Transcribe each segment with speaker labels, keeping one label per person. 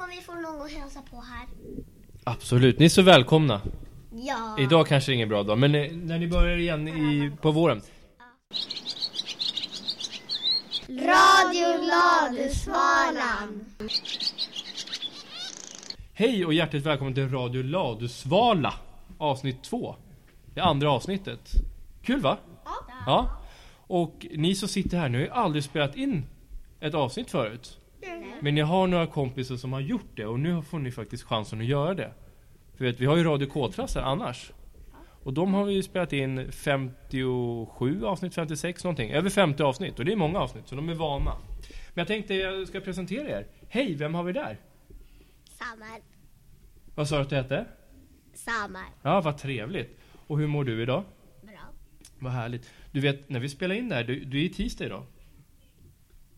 Speaker 1: om vi får någon att hälsa på här.
Speaker 2: Absolut, ni är så välkomna.
Speaker 1: Ja.
Speaker 2: Idag kanske ingen bra dag, men eh, när ni börjar igen i, på våren.
Speaker 1: Radio Ladusvalan.
Speaker 2: Hej och hjärtligt välkommen till Radio Ladusvala Avsnitt 2 Det andra avsnittet Kul va?
Speaker 1: Ja.
Speaker 2: Ja Och ni som sitter här, ni har ju aldrig spelat in ett avsnitt förut
Speaker 1: Mm.
Speaker 2: Men ni har några kompisar som har gjort det och nu får ni faktiskt chansen att göra det För vet, vi har ju Radio K-trassar annars Och de har vi ju spelat in 57 avsnitt, 56 någonting Över 50 avsnitt och det är många avsnitt så de är vana Men jag tänkte jag ska presentera er Hej, vem har vi där?
Speaker 1: Samar.
Speaker 2: Vad sa du att du hette?
Speaker 1: Samar.
Speaker 2: Ja, vad trevligt. Och hur mår du idag?
Speaker 1: Bra.
Speaker 2: Vad härligt. Du vet, när vi spelar in det här, du, du är i tisdag idag.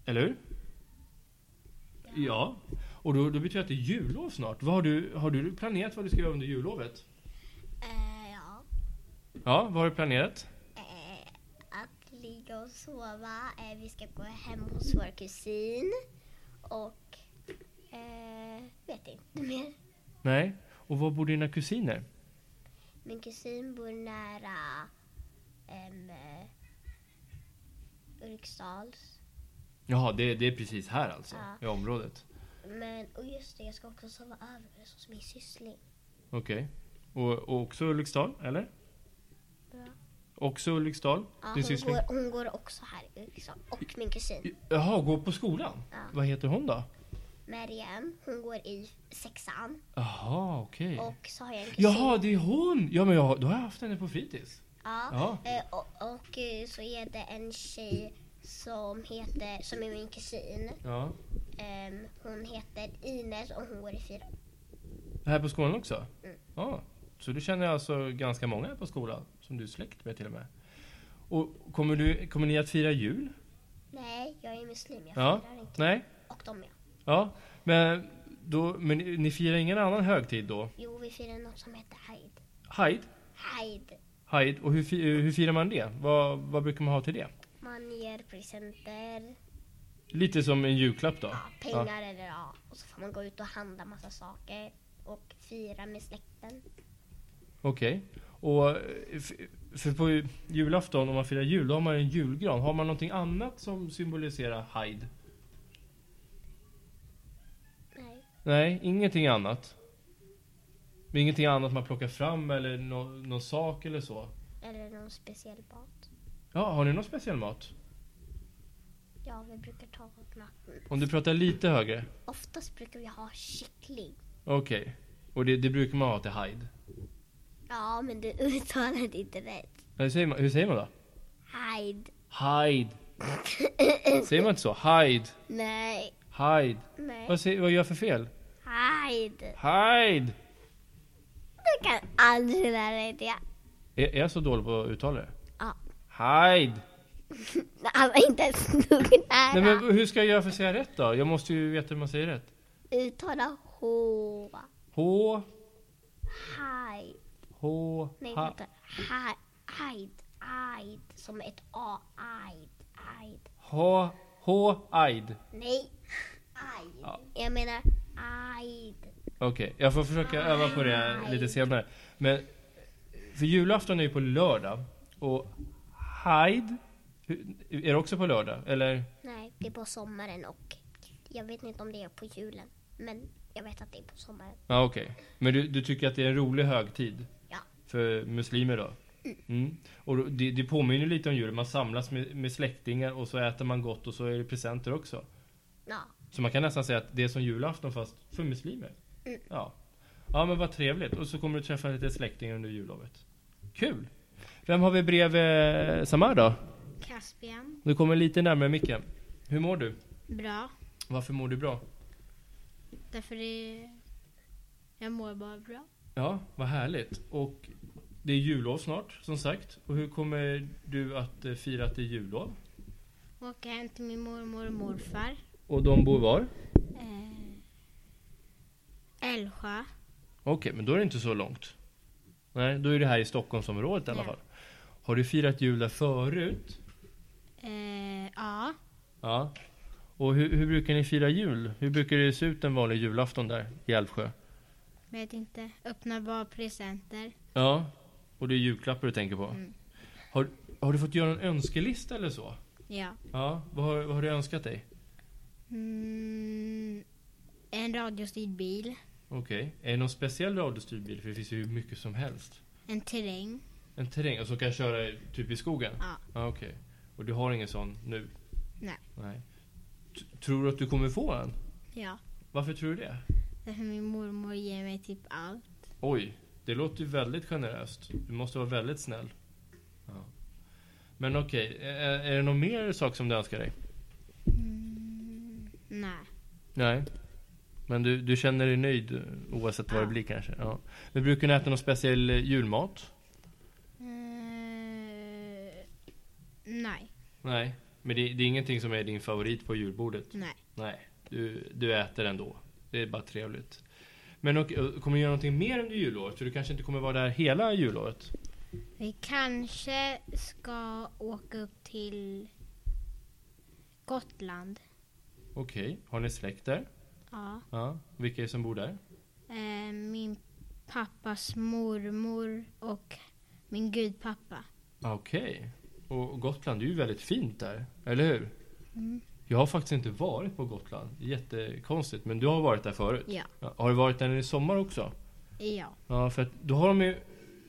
Speaker 2: Eller hur? Ja. Och då, då betyder det att det är jullov snart. Vad har, du, har du planerat vad du ska göra under jullovet?
Speaker 1: Eh, ja.
Speaker 2: Ja, vad har du planerat?
Speaker 1: Eh, att ligga och sova. Eh, vi ska gå hem hos vår kusin. Och... Eh, vet inte mer.
Speaker 2: Nej. Och var bor dina kusiner?
Speaker 1: Min kusin bor nära... ehm, Eh, Ulriksdals.
Speaker 2: Jaha, det, det är precis här alltså?
Speaker 1: Ja.
Speaker 2: I området?
Speaker 1: Men, och just det, jag ska också sova över hos min syssling.
Speaker 2: Okej. Och, och också Ulriksdal, eller?
Speaker 1: Bra.
Speaker 2: Också Ulriksdal?
Speaker 1: Ja,
Speaker 2: Din
Speaker 1: hon,
Speaker 2: syster?
Speaker 1: går, hon går också här i Ulriksdal. Och min kusin
Speaker 2: Jaha, går på skolan?
Speaker 1: Ja.
Speaker 2: Vad heter hon då?
Speaker 1: Mariam, hon går i sexan.
Speaker 2: Jaha, okej.
Speaker 1: Och så har jag en kusin.
Speaker 2: Jaha, det är hon! Ja, men jag, då har jag haft henne på fritids.
Speaker 1: Ja.
Speaker 2: Ja.
Speaker 1: Eh, Och, och eh, så är det en tjej som heter, som är min kusin.
Speaker 2: Ja.
Speaker 1: Ehm, hon heter Ines och hon går i fyra.
Speaker 2: Här på skolan också?
Speaker 1: Mm.
Speaker 2: Ja. Så du känner alltså ganska många här på skolan som du är släkt med till och med? Och kommer, du, kommer ni att fira jul?
Speaker 1: Nej, jag är muslim, jag
Speaker 2: Ja.
Speaker 1: firar inte.
Speaker 2: Nej?
Speaker 1: Och de är.
Speaker 2: Ja. Men, då, men ni ni firar ingen annan högtid då?
Speaker 1: Jo, vi firar något som heter Haid.
Speaker 2: Haid?
Speaker 1: Haid.
Speaker 2: Haid. Och hur, fi- hur firar man det? Vad, vad brukar man ha till det?
Speaker 1: Man ger presenter.
Speaker 2: Lite som en julklapp då?
Speaker 1: Ja, pengar eller ja. Och så får man gå ut och handla massa saker och fira med släkten.
Speaker 2: Okej. Och eh, f- för på julafton, om man firar jul, då har man en julgran. Har man någonting annat som symboliserar Haid?
Speaker 1: Nej.
Speaker 2: Nej, ingenting annat. Det är Ingenting annat man plockar fram eller nå någon sak eller så.
Speaker 1: Eller någon speciell mat.
Speaker 2: Ja, har ni någon speciell mat?
Speaker 1: Ja, vi brukar ta maten.
Speaker 2: Om du pratar lite högre.
Speaker 1: Oftast brukar vi ha kyckling.
Speaker 2: Okej. Och det, det brukar man ha till Haid.
Speaker 1: Ja, men du uttalade inte rätt.
Speaker 2: Nej, Hur säger man, hur säger man då?
Speaker 1: Hide.
Speaker 2: Haid. Säger man inte så? Haid.
Speaker 1: Nej.
Speaker 2: Haid.
Speaker 1: Nej.
Speaker 2: Vad, säger, vad gör jag för fel?
Speaker 1: Hide.
Speaker 2: Haid.
Speaker 1: Du kan aldrig lära dig det.
Speaker 2: Är, är jag så dålig på att uttala det?
Speaker 1: Ja.
Speaker 2: Haid.
Speaker 1: Nej, Han var inte ens nog nära.
Speaker 2: Nej men hur ska jag göra för att säga rätt då? Jag måste ju veta hur man säger rätt.
Speaker 1: Uttala H.
Speaker 2: H,
Speaker 1: Hide.
Speaker 2: H,
Speaker 1: Nej,
Speaker 2: ha.
Speaker 1: vänta. Hi- Hide. Hide. Som ett A. Hide. Hide.
Speaker 2: H, H, Aid.
Speaker 1: Nej. Ajd.
Speaker 2: Ja.
Speaker 1: Jag menar ajd.
Speaker 2: Okej, jag får försöka öva på det lite senare. Men för julafton är ju på lördag. Och Hyde, hur- är det också på lördag? Eller?
Speaker 1: Nej, det är på sommaren och jag vet inte om det är på julen. Men jag vet att det är på sommaren.
Speaker 2: Ja, okej. Men du, du tycker att det är en rolig högtid?
Speaker 1: Ja.
Speaker 2: För muslimer då? Mm. Och då- det, det påminner lite om jul. Man samlas med, med släktingar och så äter man gott och så är det presenter också.
Speaker 1: Ja.
Speaker 2: Så man kan nästan säga att det är som julafton fast för muslimer.
Speaker 1: Mm.
Speaker 2: Ja. ja men vad trevligt. Och så kommer du träffa lite släktingar under jullovet. Kul! Vem har vi bredvid eh, Samar då?
Speaker 3: Caspian.
Speaker 2: Du kommer lite närmare micken. Hur mår du?
Speaker 3: Bra.
Speaker 2: Varför mår du bra?
Speaker 3: Därför det... Jag mår bara bra.
Speaker 2: Ja, vad härligt. Och det är jullov snart som sagt. Och hur kommer du att eh, fira att det är jullov?
Speaker 3: Åka hem till min mormor och morfar.
Speaker 2: Och de bor var?
Speaker 3: Eh, Älvsjö.
Speaker 2: Okej, men då är det inte så långt. Nej, då är det här i Stockholmsområdet i alla
Speaker 3: Ja.
Speaker 2: fall. Har du firat jul där förut?
Speaker 3: Eh, ja.
Speaker 2: Ja. Och hur, hur brukar ni fira jul? Hur brukar det se ut en vanlig julafton där i Älvsjö?
Speaker 3: Vet inte. Öppna bara presenter.
Speaker 2: Ja, och det är julklappar du tänker på.
Speaker 3: Mm.
Speaker 2: Har, har du fått göra en önskelista eller så?
Speaker 3: Ja.
Speaker 2: Ja, vad har, vad har du önskat dig?
Speaker 3: Mm, en radiostyrd bil.
Speaker 2: Okej, är det någon speciell radiostyrd bil? För det finns ju hur mycket som helst.
Speaker 3: En terräng.
Speaker 2: En terräng, och som kan köra i- typ i skogen?
Speaker 3: Ja.
Speaker 2: ja Okej, och du har ingen sån nu?
Speaker 3: Nej.
Speaker 2: Nej. T- tror du att du kommer få en?
Speaker 3: Ja.
Speaker 2: Varför tror du det?
Speaker 3: Därför min mormor ger mig typ allt.
Speaker 2: Oj, det låter ju väldigt generöst. Du måste vara väldigt snäll. Ja. Men okej, ä- ä- är det någon mer sak som du önskar dig?
Speaker 3: Mm, nej.
Speaker 2: Nej. Men du, du känner dig nöjd eh, oavsett vad det
Speaker 3: Ja.
Speaker 2: blir kanske? Ja. Men brukar ni äta någon speciell eh, julmat?
Speaker 3: Eh, nej.
Speaker 2: Nej. Men det, det är ingenting som är din favorit på julbordet?
Speaker 3: Nej.
Speaker 2: Nej. Du, du äter ändå. Det är bara trevligt. Men och, och kommer du göra någonting mer under julåret? För du kanske inte kommer vara där hela julåret?
Speaker 3: Vi kanske ska åka upp till Gotland.
Speaker 2: Okej. Har ni släkt där?
Speaker 3: Ja.
Speaker 2: Ja. Vilka är det som bor där?
Speaker 3: Eh, min pappas mormor och min gudpappa.
Speaker 2: Okej. Och Gotland, det är ju väldigt fint där, eller hur?
Speaker 3: Mm.
Speaker 2: Jag har faktiskt inte varit på Gotland. Jättekonstigt. Men du har varit där förut?
Speaker 3: Ja.
Speaker 2: Har du varit där i sommar också?
Speaker 3: Ja.
Speaker 2: Ja, för att då har de ju...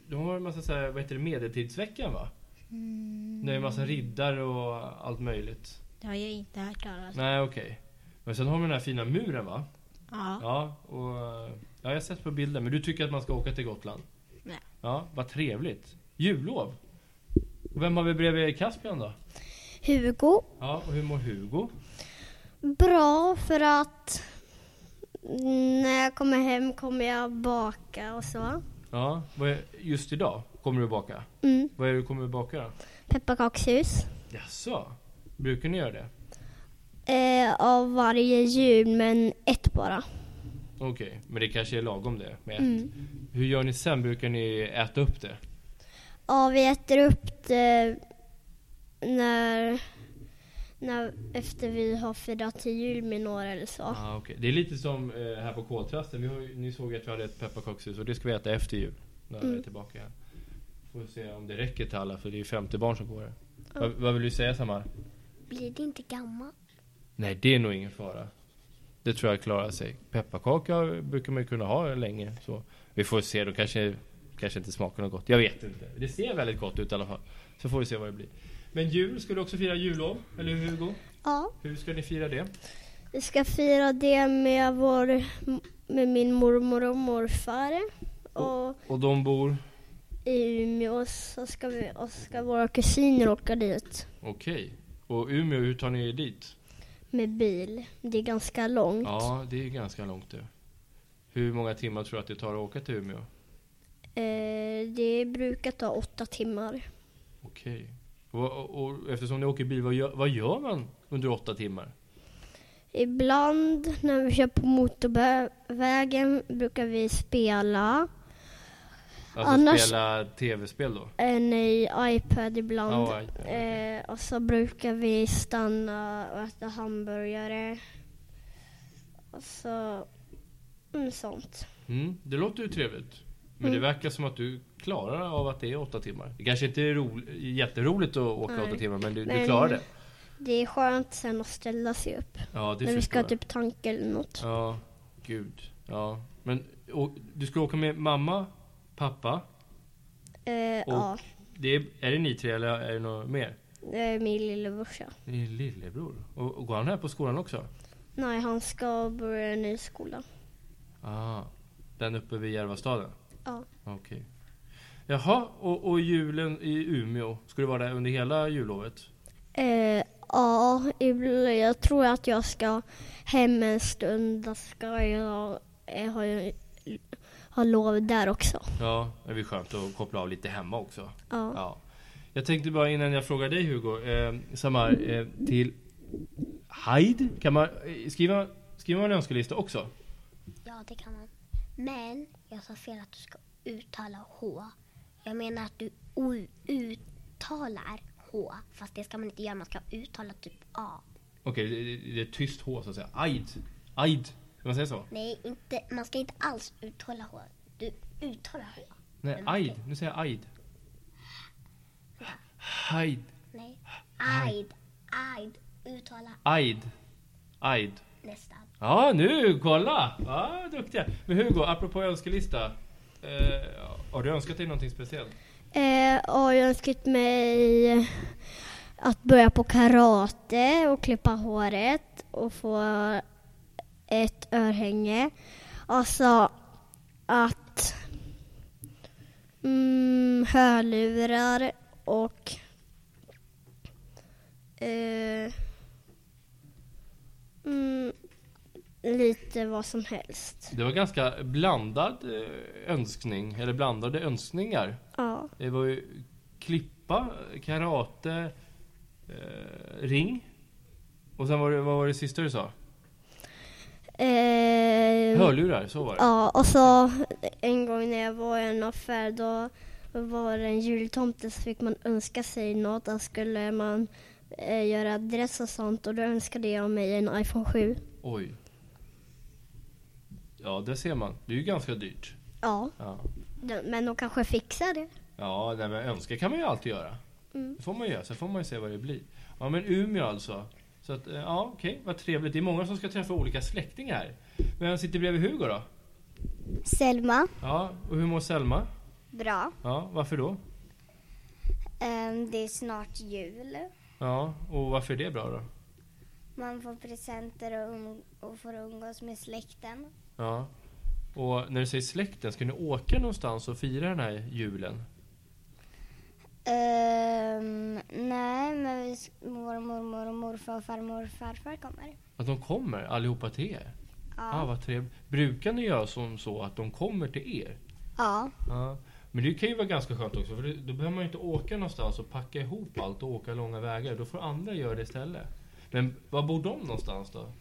Speaker 2: De har en massa så här, vad heter det, medeltidsveckan va?
Speaker 3: Mm,
Speaker 2: Det är en massa riddare och allt möjligt.
Speaker 3: Det har jag inte hört talas om.
Speaker 2: Nej, okej. Men sen har de den här fina muren va?
Speaker 3: Ja.
Speaker 2: Ja, och... eh, Ja, jag har sett på bilden. Men du tycker att man ska åka till Gotland?
Speaker 3: Nej.
Speaker 2: Ja, vad trevligt. Jullov! Och vem har vi bredvid Caspian då?
Speaker 4: Hugo.
Speaker 2: Ja, och hur mår Hugo?
Speaker 4: Bra för att när jag kommer hem kommer jag baka och så.
Speaker 2: Ja, vad är, just idag kommer du baka.
Speaker 4: Mm.
Speaker 2: Vad är det du kommer baka då?
Speaker 4: Pepparkakshus.
Speaker 2: Jaså? Brukar ni göra det?
Speaker 4: Eh, av varje jul men ett bara.
Speaker 2: Okej, men det kanske är lagom det med ett.
Speaker 4: Mm.
Speaker 2: Hur gör ni sen? Brukar ni äta upp det?
Speaker 4: Ja, vi äter upp det när, när, efter vi har firat till jul med några eller så.
Speaker 2: Ah, okej. Det är lite som eh, här på Koltrasten. Vi har, ju- ni såg att vi hade ett pepparkakshus och det ska vi äta efter jul. När vi är
Speaker 4: Mm.
Speaker 2: tillbaka här. Får se om det räcker till alla för det är 50 barn som går här.
Speaker 4: Ja.
Speaker 2: Vad, vad vill du säga Samar?
Speaker 1: Blir det inte gammalt?
Speaker 2: Nej, det är nog ingen fara. Det tror jag klarar sig. Pepparkaka brukar man ju kunna ha länge. Så vi får se, då kanske, kanske inte smakar något gott. Jag vet inte. Det ser väldigt gott ut i alla fall. Så får vi se vad det blir. Men jul, ska du också fira jullov? Eller hur Hugo?
Speaker 4: Ja,
Speaker 2: Hur ska ni fira det?
Speaker 4: vi ska fira det med, vår, med min mormor och morfar. Och
Speaker 2: Och de bor?
Speaker 4: i Umeå så ska, vi, och ska våra kusiner åka dit
Speaker 2: Okej. Och Umeå, hur tar ni er dit?
Speaker 4: med bil. Det är ganska långt.
Speaker 2: Ja, det är ganska långt det. Hur många timmar tror du att det tar att åka till Umeå?
Speaker 4: Eh, det brukar ta åtta timmar.
Speaker 2: Okej. Och, och, och eftersom ni åker bil, vad gör, vad gör man under åtta timmar?
Speaker 4: Ibland när vi kör på motorvägen brukar vi spela.
Speaker 2: Alltså
Speaker 4: Annars-
Speaker 2: spela tv-spel då?
Speaker 4: En i eh, iPad ibland.
Speaker 2: Ja, iPad, okej.
Speaker 4: eh, och så brukar vi stanna och äta hamburgare. Och så... Mm, sånt.
Speaker 2: Mm, det låter ju trevligt. Men
Speaker 4: Mm.
Speaker 2: det verkar som att du klarar av att det är åtta timmar. Det kanske inte är ro- jätteroligt att åka
Speaker 4: Nej.
Speaker 2: åtta timmar, men du, du
Speaker 4: Men-
Speaker 2: klarar det.
Speaker 4: Det är skönt sen att ställa sig upp.
Speaker 2: Ja, det
Speaker 4: när vi
Speaker 2: förstår
Speaker 4: ska
Speaker 2: jag.
Speaker 4: typ tanka eller något.
Speaker 2: Ja, gud. Ja. Men och, du ska åka med mamma, pappa.
Speaker 4: Eh,
Speaker 2: Och-
Speaker 4: ja.
Speaker 2: Det är, är det ni tre eller är det något mer?
Speaker 4: Det är eh, min lillebrorsa.
Speaker 2: Din lillebror. Och, och går han här på skolan också?
Speaker 4: Nej, han ska börja en ny skola.
Speaker 2: Ah, den uppe vid Järvastaden?
Speaker 4: Ja.
Speaker 2: Okej. Jaha, och, och julen i Umeå? Ska du vara där under hela jullovet?
Speaker 4: Eh, ja, ibland- jag tror att jag ska hem en stund. Då ska jag eh, ha, ha lov där också.
Speaker 2: Ja, det blir skönt att koppla av lite hemma också.
Speaker 4: Ja.
Speaker 2: Ja. Jag tänkte bara innan jag frågar dig Hugo, eh, Samar, eh, till Hyde, kan man eh, skriva, skriva en önskelista också?
Speaker 1: Ja, det kan man. Men jag sa fel att du ska uttala H. Jag menar att du o- uttalar H. Fast det ska man inte göra. Man ska uttala typ A.
Speaker 2: Okej, det- det, det är ett tyst H så att säga. Aid. Aid. Kan man säga så?
Speaker 1: Nej, inte, man ska inte alls uttala H. Du uttalar H.
Speaker 2: Nej,
Speaker 1: Men okej.
Speaker 2: aid. Nu säger jag aid. Aid.
Speaker 1: Nej. Aid. Aid. Uttala
Speaker 2: Aid. Aid.
Speaker 1: nästan.
Speaker 2: Ja, nu, kolla! Ja, duktiga. Men Hugo, apropå önskelista. Eh, har du önskat dig någonting speciellt?
Speaker 4: Eh, och jag har önskat mig att börja på karate och klippa håret och få ett örhänge. Och så att mm, hörlurar och eh, mm, lite vad som helst.
Speaker 2: Det var ganska blandad eh, önskning, eller blandade önskningar.
Speaker 4: Ja.
Speaker 2: Det var ju klippa, karate, eh, ring. Och sen var det, vad var det sista du sa?
Speaker 4: Eh,
Speaker 2: Hörlurar, så var det.
Speaker 4: Ja, och så en gång när jag var i en affär då var det en jultomte så fick man önska sig något. Då skulle man eh, göra adress och sånt och då önskade jag mig en iPhone 7.
Speaker 2: Oj. Ja, det ser man. Det är ju ganska dyrt.
Speaker 4: Ja,
Speaker 2: Ja,
Speaker 4: de- men de kanske fixar det.
Speaker 2: ja nej, men önska kan man ju alltid göra.
Speaker 4: Mm.
Speaker 2: Det får man ju göra, sen får man ju se vad det blir. Ja, men Umeå alltså. Så att, eh, ja okej, vad trevligt. Det är många som ska träffa olika släktingar. Vem sitter bredvid Hugo då?
Speaker 5: Selma.
Speaker 2: Ja, och hur mår Selma?
Speaker 5: Bra.
Speaker 2: Ja, varför då?
Speaker 5: Ehm, det är snart jul.
Speaker 2: Ja, och varför är det bra då?
Speaker 5: Man får presenter och, um- och får umgås med släkten.
Speaker 2: Ja. Och när du säger släkten, ska ni åka någonstans och fira den här julen?
Speaker 5: Ehm, nej, men vi, s- mormor, mormor, och morfar, farmor och farfar kommer.
Speaker 2: Att de kommer allihopa till er? Ah, vad trevligt. Brukar ni göra som så att de kommer till er?
Speaker 5: ja.
Speaker 2: Ja. Men det kan ju vara ganska skönt också för det- då behöver man ju inte åka någonstans och packa ihop allt och åka långa vägar. Då får andra göra det istället. Men var bor de någonstans då?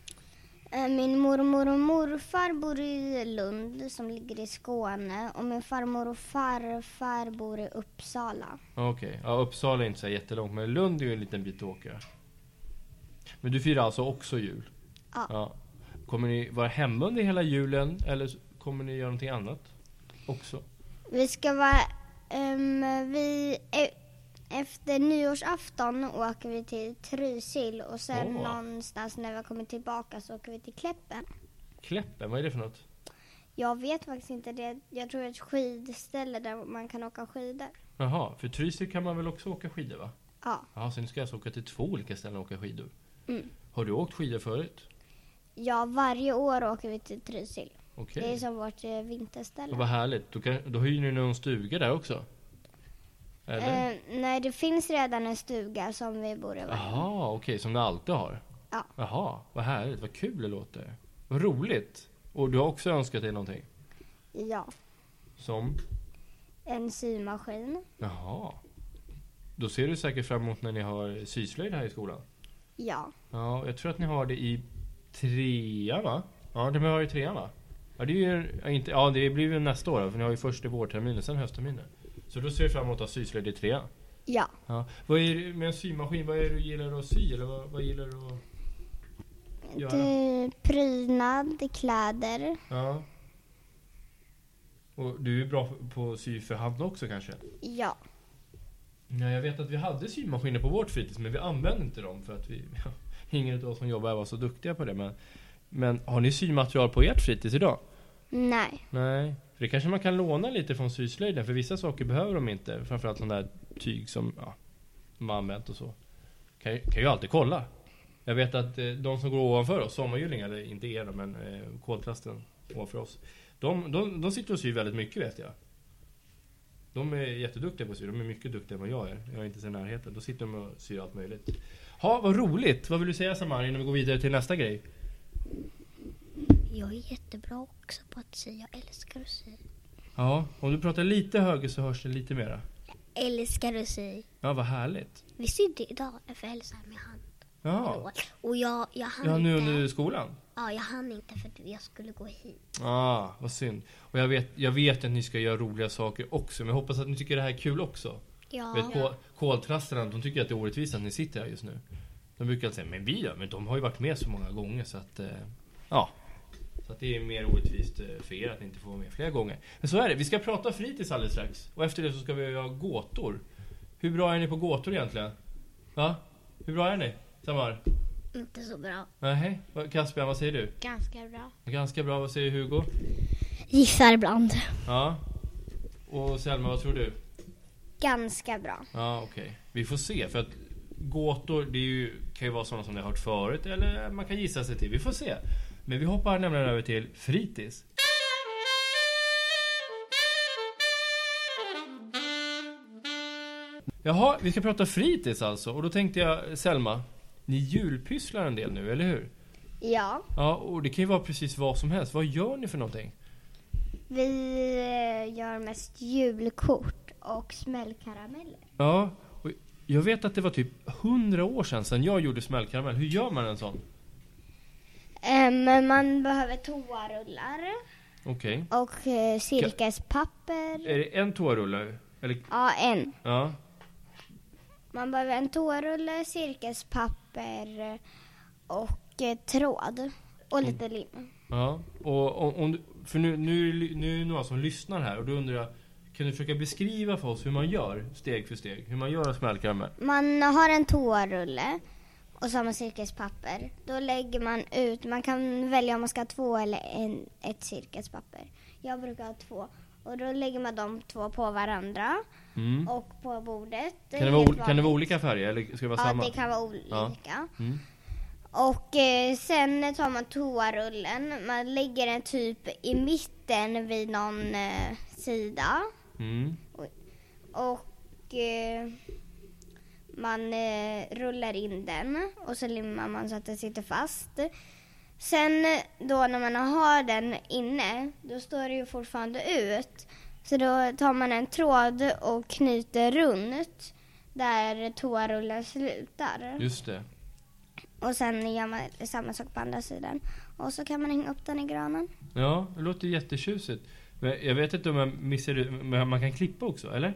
Speaker 5: Eh, Min mormor och morfar bor i Lund som ligger i Skåne och min farmor och farfar bor i Uppsala.
Speaker 2: Ja, Okej, ja, Uppsala är inte så här jättelångt men Lund är ju en liten bit att åka. Men du firar alltså också jul?
Speaker 5: Ja.
Speaker 2: Kommer ni vara hemma under hela julen eller s- kommer ni göra någonting annat också?
Speaker 5: Vi ska vara... ehm, vi, e, efter nyårsafton åker vi till Trysil och sen
Speaker 2: Åh.
Speaker 5: någonstans när vi har kommit tillbaka så åker vi till Kläppen.
Speaker 2: Kläppen, vad är det för något?
Speaker 5: Jag vet faktiskt inte det. Jag tror det är ett skidställe där man kan åka skidor.
Speaker 2: Jaha, för Trysil kan man väl också åka skidor va?
Speaker 5: Ja.
Speaker 2: Jaha, så ni ska alltså åka till två olika ställen och åka skidor?
Speaker 5: Mm.
Speaker 2: Har du åkt skidor förut?
Speaker 5: Ja, varje år åker vi till Trysil.
Speaker 2: Okej.
Speaker 5: Det är som vårt eh, vinterställe.
Speaker 2: Vad härligt. Då, kan, då hyr ni någon stuga där också? Eller?
Speaker 5: Eh, nej, det finns redan en stuga som vi bor i.
Speaker 2: Jaha, okej. som ni alltid har?
Speaker 5: Ja.
Speaker 2: Jaha, vad härligt. Vad kul det låter. Vad roligt. Och du har också önskat dig någonting?
Speaker 5: Ja,
Speaker 2: Som?
Speaker 5: en symaskin.
Speaker 2: Jaha. Då ser du säkert fram emot när ni har syslöjd här i skolan?
Speaker 5: Ja.
Speaker 2: Ja, jag tror att ni har det i trean va? Ja, det har jag i trean va? Ja, det, är ju, ja, inte, ja, det blir ju nästa år då, för ni har ju först i vårterminen, sen höstterminen. Så då ser du fram emot att ha syslöjd i trean?
Speaker 5: Ja.
Speaker 2: Ja. Vad är det med en symaskin? Vad är det du gillar att sy? Eller vad, vad gillar du att göra?
Speaker 5: Du, prydnad, kläder.
Speaker 2: Ja. Och du är bra på att sy för hand också kanske?
Speaker 5: Ja.
Speaker 2: Nej, jag vet att vi hade symaskiner på vårt fritids, men vi använde inte dem för att vi... ingen av oss som jobbar här var så duktiga på det. Men, men har ni symaterial på ert fritids idag?
Speaker 5: Nej.
Speaker 2: Nej. För det kanske man kan låna lite från syslöjden, för vissa saker behöver de inte. Framförallt sådana där tyg som ja, de har använt och så. Kan, ju- kan ju alltid kolla. Jag vet att eh, de som går ovanför oss, sommarhjulingar, eller inte er då, men eh, koltrasten ovanför oss. De, de, de sitter och syr väldigt mycket vet jag. De är jätteduktiga på att sy, de är mycket duktigare än vad jag är. Jag är inte så i närheten. Då sitter de och syr allt möjligt. Ja, vad roligt! Vad vill du säga Samar innan vi går vidare till nästa grej?
Speaker 1: Jag är jättebra också på att sy. Jag älskar att sy.
Speaker 2: Ja, om du pratar lite högre så hörs det lite mera.
Speaker 1: Älskar att sy.
Speaker 2: Ja, vad härligt.
Speaker 1: Vi sydde idag för Elsa med hand.
Speaker 2: Ja.
Speaker 1: Och jag, jag hann
Speaker 2: Ja, nu
Speaker 1: inte.
Speaker 2: under skolan?
Speaker 1: Ja, jag hann inte för att jag skulle gå hit.
Speaker 2: Ah, vad synd. Och jag vet, jag vet att ni ska göra roliga saker också, men jag hoppas att ni tycker det här är kol också.
Speaker 1: Ja.
Speaker 2: Vet, kol, koltrasterna, de tycker att det är orättvist att ni sitter här just nu. De brukar alltid säga, men vi då? Men de har ju varit med så många gånger så att... eh, Ja. Så att det är mer orättvist eh, för er att ni inte får vara med flera gånger. Men så är det, vi ska prata fritids alldeles strax. Och efter det så ska vi göra gåtor. Hur bra är ni på gåtor egentligen? Va? Hur bra är ni? Samar?
Speaker 1: Inte så bra.
Speaker 2: Nej, Caspian, vad säger du?
Speaker 6: Ganska bra.
Speaker 2: Ganska bra, vad säger Hugo?
Speaker 7: Gissar ibland.
Speaker 2: Ja. Och Selma, vad tror du?
Speaker 4: Ganska bra.
Speaker 2: Ja, okej. Vi får se. För att gåtor, det är ju, kan ju vara sådana som ni har hört förut eller man kan gissa sig till. Vi får se. Men vi hoppar nämligen över till fritids. Jaha, vi ska prata fritids alltså. Och då tänkte jag, Selma, ni julpysslar en del nu, eller hur?
Speaker 4: Ja.
Speaker 2: Ja, och det kan ju vara precis vad som helst. Vad gör ni för någonting?
Speaker 4: Vi eh, gör mest julkort och smällkarameller.
Speaker 2: Ja, och jag vet att det var typ 100 år sedan, sedan jag gjorde smällkaramell. Hur gör man en sån?
Speaker 4: Ehm, man behöver toarullar
Speaker 2: Okej.
Speaker 4: och eh, silkespapper.
Speaker 2: Är det en toarulle? Eller,
Speaker 4: Ja, en.
Speaker 2: ja.
Speaker 4: Man behöver en toarulle,
Speaker 1: eh,
Speaker 4: silkespapper och eh, tråd. Och lite
Speaker 2: Mm.
Speaker 4: lim.
Speaker 2: ja. Och om, om, du- för nu, nu, är det- nu är det några som lyssnar här och då undrar jag, kan du försöka beskriva för oss hur man gör steg för steg? Hur man gör en smällkaramell?
Speaker 4: Man har en toarulle och så har man silkespapper. Då lägger man ut, man kan välja om man ska ha två eller en, ett silkespapper. Jag brukar ha två. Och då lägger man de två på varandra
Speaker 2: Mm.
Speaker 4: och på bordet.
Speaker 2: Kan, det vara, ol- kan det vara olika färger eller ska det vara
Speaker 4: Ja,
Speaker 2: samma?
Speaker 4: det kan vara olika.
Speaker 2: Mm.
Speaker 4: Och eh, sen tar man toarullen, man lägger den typ i mitten vid någon eh, sida.
Speaker 2: Mm.
Speaker 4: Och eh, man eh, rullar in den och så limmar man så att den sitter fast. Sen eh, då när man har den inne, då står det ju fortfarande ut. Så då tar man en tråd och knyter runt där toarullen slutar.
Speaker 2: Just det.
Speaker 4: Och sen gör man samma sak på andra sidan. Och så kan man hänga upp den i granen.
Speaker 2: Ja, det låter jättetjusigt. Men jag vet inte om jag missade men man kan klippa också, eller?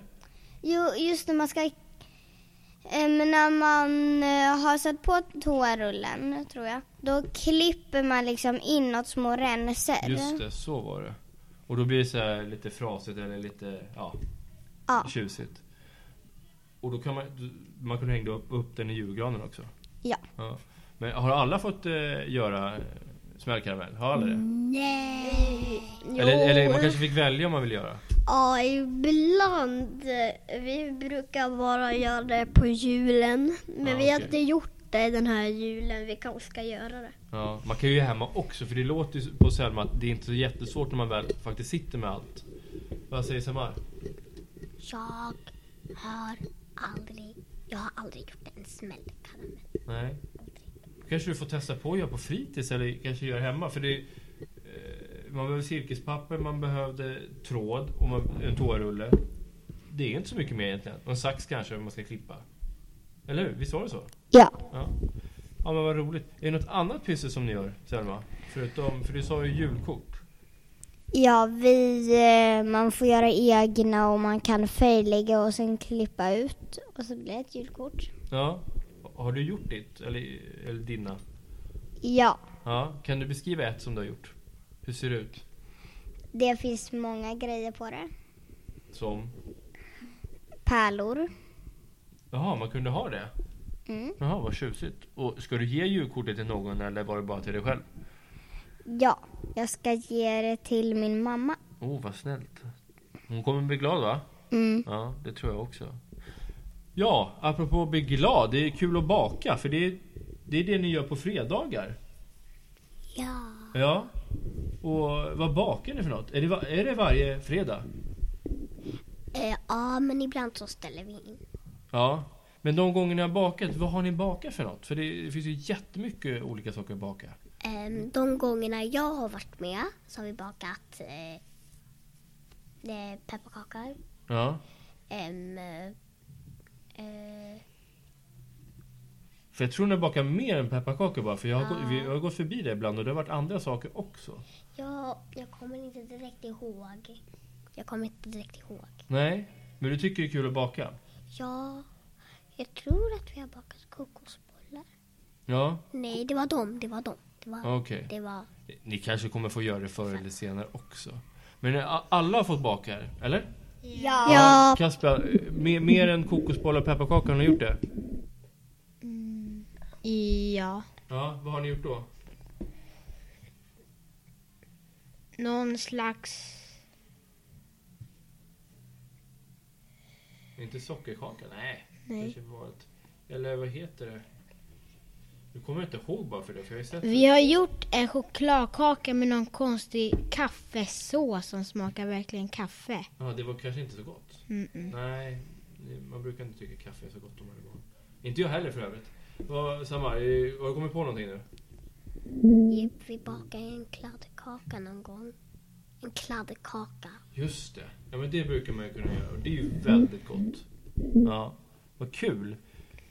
Speaker 4: Jo, just när man ska... Ehm, när man eh, har satt på toarullen, tror jag, då klipper man liksom inåt små Eh, ränser.
Speaker 2: Just det, så var det. Och då blir det så här lite frasigt eller lite ja,
Speaker 4: Ja.
Speaker 2: tjusigt. Och då kan man, man kunde hänga upp, upp den i julgranen också.
Speaker 4: Ja.
Speaker 2: Men har alla fått eh, göra eh, smällkaramell? Har alla det?
Speaker 4: Mm,
Speaker 1: Nej!
Speaker 2: Eller, eller man kanske fick välja om man vill göra?
Speaker 7: Ja, ibland. Vi brukar bara göra det på julen. Men
Speaker 2: Ja,
Speaker 7: vi har
Speaker 2: Ah, okej.
Speaker 7: inte gjort det den här julen. Vi kanske ska göra det.
Speaker 2: Ja, man kan ju göra hemma också för det låter ju på Selma att det är inte så jättesvårt när man väl faktiskt sitter med allt. Vad säger Samar?
Speaker 1: Jag har aldrig, jag har aldrig gjort en smällkaramell.
Speaker 2: Nej. Kanske du får testa på att göra på fritids eller kanske göra hemma. För det, eh, man behöver silkespapper, man behövde tråd och man, en toarulle. Det är inte så mycket mer egentligen. Och en sax kanske om man ska klippa. Eller hur? Visst var det så?
Speaker 4: Ja.
Speaker 2: Ja, ja men vad roligt. Är det något annat pyssel som ni gör Selma? Förutom, för du sa ju julkort.
Speaker 4: Ja, vi, eh, man får göra egna och man kan färglägga och sen klippa ut. Och så blir det ett julkort.
Speaker 2: Ja. Har du gjort ditt? Eller, eller dina?
Speaker 4: Ja,
Speaker 2: Ja. Kan du beskriva ett som du har gjort? Hur ser det ut?
Speaker 4: det finns många grejer på det.
Speaker 2: Som?
Speaker 4: Pärlor.
Speaker 2: Jaha, man kunde ha det?
Speaker 4: Mm.
Speaker 2: Jaha, vad tjusigt. Och ska du ge julkortet till någon eller var det bara till dig själv?
Speaker 4: Ja, jag ska ge det till min mamma.
Speaker 2: Oh, vad snällt. Hon kommer bli glad va?
Speaker 4: Mm.
Speaker 2: Ja, det tror jag också. Ja, apropå att bli glad. Det är kul att baka för det är det, är det ni gör på fredagar.
Speaker 1: Ja.
Speaker 2: Ja. Och vad bakar ni för något? Är det, va- är det varje fredag?
Speaker 1: Eh, ja, men ibland så ställer vi in.
Speaker 2: Ja. Men de gånger ni har bakat, vad har ni bakat för något? För det, det finns ju jättemycket olika saker att baka.
Speaker 1: Ehm, de gångerna jag har varit med så har vi bakat eh, eh, pepparkakor.
Speaker 2: Ja.
Speaker 1: Ehm, eh,
Speaker 2: För jag tror ni bakar mer än pepparkakor bara, för jag har, gått, vi har gått förbi det ibland och det har varit andra saker också.
Speaker 1: ja, jag kommer inte direkt ihåg. Jag kommer inte direkt ihåg.
Speaker 2: Nej, men du tycker det är kul att baka?
Speaker 1: Ja, jag tror att vi har bakat kokosbollar.
Speaker 2: Ja,
Speaker 1: Nej, det var dem, det var dem. Det var,
Speaker 2: okej.
Speaker 1: det var
Speaker 2: Ni kanske kommer få göra det förr eller senare också. Men eh, a- alla har fått baka här, eller?
Speaker 5: Ja.
Speaker 4: Ja,
Speaker 2: Kasper, eh, mer, mer än kokosbollar och pepparkakor har ni gjort det?
Speaker 3: Ja.
Speaker 2: Ja, vad har ni gjort då?
Speaker 3: Någon slags...
Speaker 2: Inte sockerkaka? Nej.
Speaker 3: Nej.
Speaker 2: Kanske var ett, eller vad heter det? Nu kommer jag inte ihåg bara för det, för jag har ju sett
Speaker 3: Vi har gjort en chokladkaka med någon konstig kaffesås som smakar verkligen kaffe.
Speaker 2: Ja, det var kanske inte så gott.
Speaker 3: Mm-mm.
Speaker 2: Nej, man brukar inte tycka kaffe är så gott om man är barn. Inte jag heller för övrigt. Vad, Samar, eh, har du kommit på någonting nu?
Speaker 1: Jepp, vi bakade en kladdkaka någon gång. En kladdkaka.
Speaker 2: Just det. Ja, men det brukar man ju kunna göra och det är ju väldigt gott. Ja, vad kul.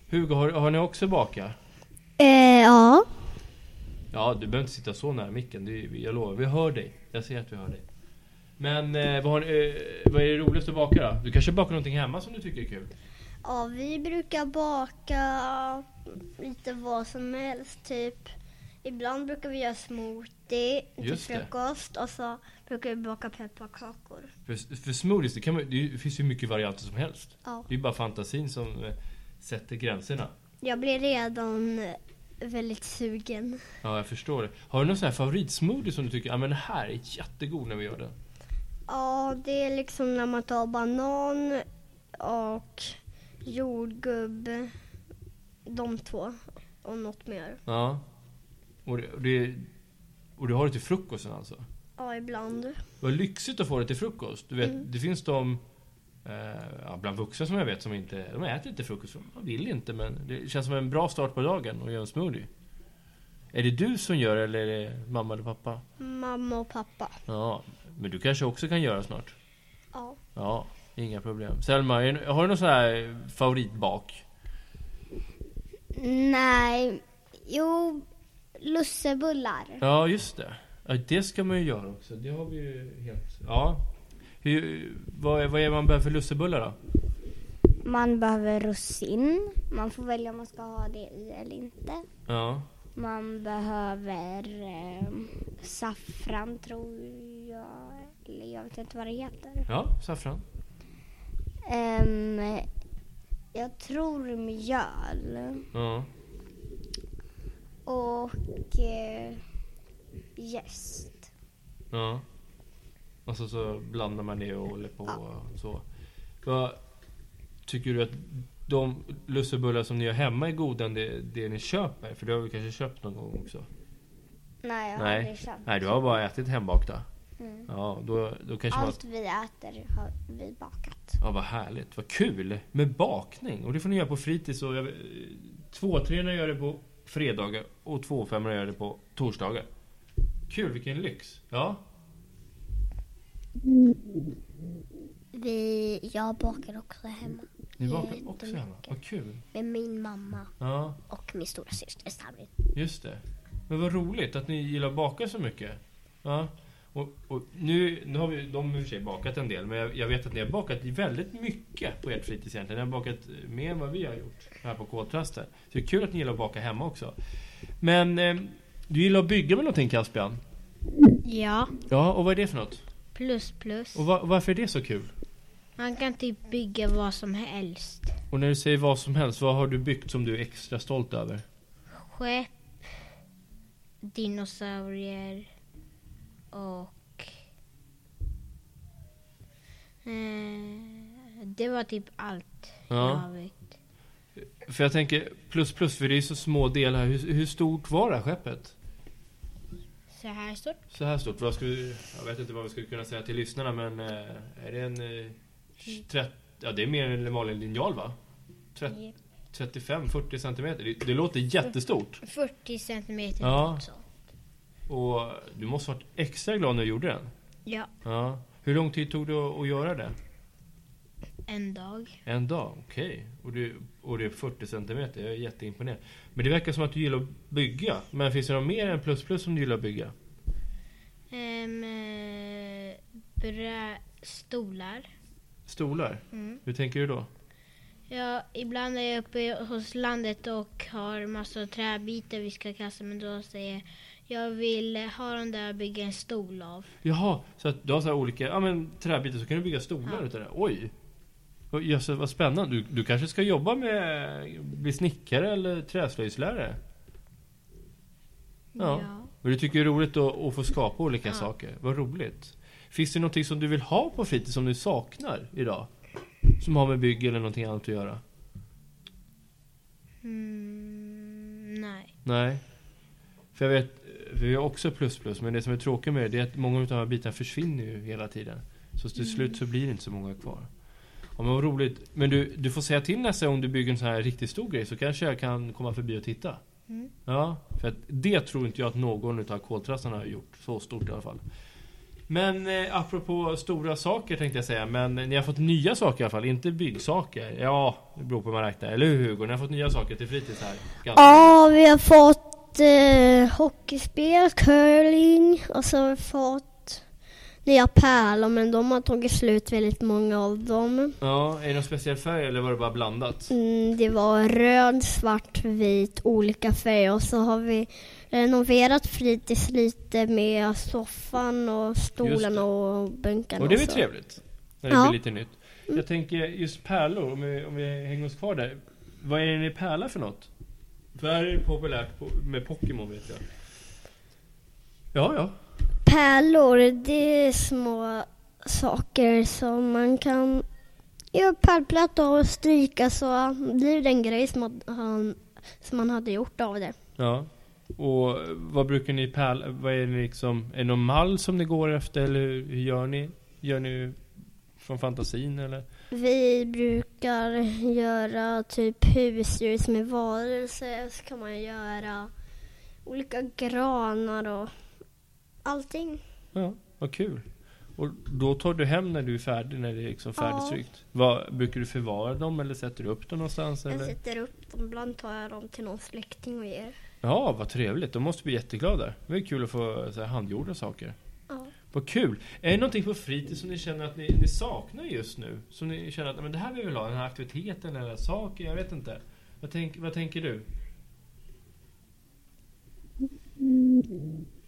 Speaker 2: Hugo, har, har ni också bakat?
Speaker 4: eh, ja.
Speaker 2: Ja, du behöver inte sitta så nära micken. Det, är- jag lovar, vi hör dig. Jag ser att vi hör dig. Men eh, vad, har, ni- eh, vad är det roligaste att baka då? Du kanske bakar någonting hemma som du tycker är kul?
Speaker 4: Ja, vi brukar baka lite vad som helst, typ. Ibland brukar vi göra smoothie till
Speaker 2: Just det.
Speaker 4: frukost och så brukar vi baka pepparkakor.
Speaker 2: För, för smoothies, det, kan, man- det finns ju mycket varianter som helst.
Speaker 4: Ja.
Speaker 2: Det är ju bara fantasin som eh, sätter gränserna.
Speaker 4: Jag blir redan eh, väldigt sugen.
Speaker 2: Ja, jag förstår det. Har du någon sån här favoritsmoothie som du tycker, ja men den här är jättegod när vi gör den?
Speaker 4: Ja, det är liksom när man tar banan och jordgubb, de två och något mer.
Speaker 2: Ja. Och det, och det, och du har det till frukosten alltså?
Speaker 4: Ja, ibland.
Speaker 2: Vad lyxigt att få det till frukost. Du vet, det finns de eh, ja, bland vuxna som jag vet som inte, de äter inte frukost. De vill inte men det känns som en bra start på dagen att göra en smoothie. Är det du som gör det, eller är det mamma eller pappa?
Speaker 4: Mamma och pappa.
Speaker 2: Ja, men du kanske också kan göra snart?
Speaker 4: Ja.
Speaker 2: Ja, inga problem. Selma, är- har du någon sån här favoritbak?
Speaker 5: Nej. Jo, lussebullar.
Speaker 2: Ja, just det. Ja, det ska man ju göra också. Det har vi ju helt... Ja. Hur, vad, är- vad är man behöver för lussebullar då?
Speaker 5: Man behöver russin. Man får välja om man ska ha det i eller inte.
Speaker 2: Ja.
Speaker 5: Man behöver eh, saffran tror jag. Eller jag vet inte vad det heter.
Speaker 2: Ja, saffran.
Speaker 5: Ehm, jag tror mjöl.
Speaker 2: Ja.
Speaker 5: Och eh, jäst.
Speaker 2: Ja. Och så, så blandar man det och håller på och så. Vad tycker du att de lussebullar som ni gör hemma är goda än det, det ni köper? För det har vi kanske köpt någon gång också?
Speaker 5: Nej, jag har
Speaker 2: Nej.
Speaker 5: aldrig köpt.
Speaker 2: Nej, du har bara ätit hembakta?
Speaker 5: Mm.
Speaker 2: Ja, då, då kanske man...
Speaker 5: Allt vi äter har vi bakat.
Speaker 2: Ja, vad härligt. Vad kul med bakning. Och det får ni göra på fritids. Och jag, eh, två treorna gör det på fredagar och två femmorna gör det på torsdagar. Kul, vilken lyx. Ja.
Speaker 1: Vi, jag bakar också hemma.
Speaker 2: Ni bakar
Speaker 1: Jättemycket.
Speaker 2: också hemma. Vad kul.
Speaker 1: Med min mamma
Speaker 2: Ja,
Speaker 1: och min stora syster Sabrin.
Speaker 2: just det. Men vad roligt att ni gillar att baka så mycket. Ja. Och, och nu, nu har vi, de har i och för sig bakat en del, men jag, jag vet att ni har bakat väldigt mycket på ert fritids egentligen. Ni har bakat mer än vad vi har gjort här på Koltrasten. Så det är kul att ni gillar att baka hemma också. Men eh, du gillar att bygga med någonting Caspian?
Speaker 3: Ja.
Speaker 2: Ja, och vad är det för något?
Speaker 3: Plus plus.
Speaker 2: Och va, varför är det så kul?
Speaker 3: Man kan typ bygga vad som helst.
Speaker 2: Och när du säger vad som helst, vad har du byggt som du är extra stolt över?
Speaker 3: Skepp, dinosaurier och... Eh, det var typ allt jag
Speaker 2: Ja.
Speaker 3: har byggt.
Speaker 2: För jag tänker, plus plus, för det är ju så små delar. Hur, hur stort var det här skeppet?
Speaker 3: Så här stort.
Speaker 2: Så här stort. Vad ska vi, jag vet inte vad vi skulle kunna säga till lyssnarna men eh, är det en... Eh, 30, ja det är mer än en vanlig linjal va? Tret- 35-40 centimeter. Det, det låter jättestort.
Speaker 3: 40 centimeter typ
Speaker 2: Ja.
Speaker 3: också.
Speaker 2: Och du måste varit extra glad när du gjorde den.
Speaker 3: Ja,
Speaker 2: Ja. Hur lång tid tog det att, att göra det?
Speaker 3: en dag.
Speaker 2: En dag? Okej. Och, det, och det är 40 centimeter. Jag är jätteimponerad. Men det verkar som att du gillar att bygga. Men finns det något mer än plus plus som du gillar att bygga?
Speaker 3: Ehm, eh, brä- stolar.
Speaker 2: Stolar?
Speaker 3: Mm.
Speaker 2: Hur tänker du då?
Speaker 3: Ja, ibland är jag uppe hos landet och har massor av träbitar vi ska kasta men då säger jag jag vill ha dem där och bygga en stol av.
Speaker 2: Jaha, så att du har så här olika ja, men, träbitar så kan du bygga stolar
Speaker 3: Ja.
Speaker 2: utav det. Oj! Vad- Jösses vad spännande. Du, du kanske ska jobba med bli snickare eller träslöjdslärare? Ja. Men du tycker det är roligt att, att få skapa olika
Speaker 3: Ja.
Speaker 2: saker. Vad roligt. Finns det någonting som du vill ha på fritid som du saknar idag? Som har med bygg eller någonting annat att göra?
Speaker 3: Mm, nej.
Speaker 2: Nej. För jag vet, för vi har också plus plus, men det som är tråkigt med det, det är att många av de här bitarna försvinner ju hela tiden. Så till slut så blir det inte så många kvar. Ja, men vad roligt. Men du, du får säga till nästa gång du bygger en sån här riktigt stor grej så kanske jag kan komma förbi och titta.
Speaker 3: Mm.
Speaker 2: Ja, för att det tror inte jag att någon utav koltrastarna har gjort. Så stort i alla fall. Men eh, apropå stora saker tänkte jag säga, men ni har fått nya saker i alla fall, inte byggsaker. Ja, det beror på hur man räknar. Eller hur Hugo? Ni har fått nya saker till fritids här? ganska
Speaker 4: Ja, vi har fått eh, hockeyspel, curling och så har vi fått nya pärlor men de har tagit slut väldigt många av dem.
Speaker 2: Ja, är det någon speciell färg eller var det bara blandat?
Speaker 4: Mm, det var röd, svart, vit, olika färger och så har vi renoverat fritids lite med soffan och stolen
Speaker 2: det.
Speaker 4: och bänkarna.
Speaker 2: Och det är väl
Speaker 4: och så.
Speaker 2: trevligt? När det
Speaker 4: Ja. Mm.
Speaker 2: blir lite nytt. Jag tänker just pärlor, om vi, om vi hänger oss kvar där. Vad är det ni pärlar för något? För här är det populärt på, med Pokémon vet jag. Ja, ja.
Speaker 4: Pärlor, det är små saker som man kan göra pärlplatta och stryka så blir det en grej som man, han- som man hade gjort av det.
Speaker 2: ja. Och vad brukar ni pärla? Vad är det liksom? Är det någon mall som ni går efter eller hur hur gör ni? Gör ni från fantasin eller?
Speaker 4: Vi brukar göra typ husdjur som är varelser, så kan man göra olika granar och allting.
Speaker 2: Ja, vad kul. Och då tar du hem när du är färdig, när det är liksom
Speaker 4: Ja.
Speaker 2: färdigtryckt? Vad, brukar du förvara dem eller sätter du upp dem någonstans?
Speaker 4: Jag
Speaker 2: Eller?
Speaker 4: sätter upp dem, ibland tar jag dem till någon släkting och ger.
Speaker 2: Ja, vad trevligt. De måste bli jätteglada. Det är kul att få så här, handgjorda saker.
Speaker 4: Ja.
Speaker 2: Vad kul! Är det någonting på fritid som ni känner att ni, ni saknar just nu? Som ni känner att men det här vill vi ha, den här aktiviteten eller den här saken, jag vet inte. Vad, tänk, vad tänker du?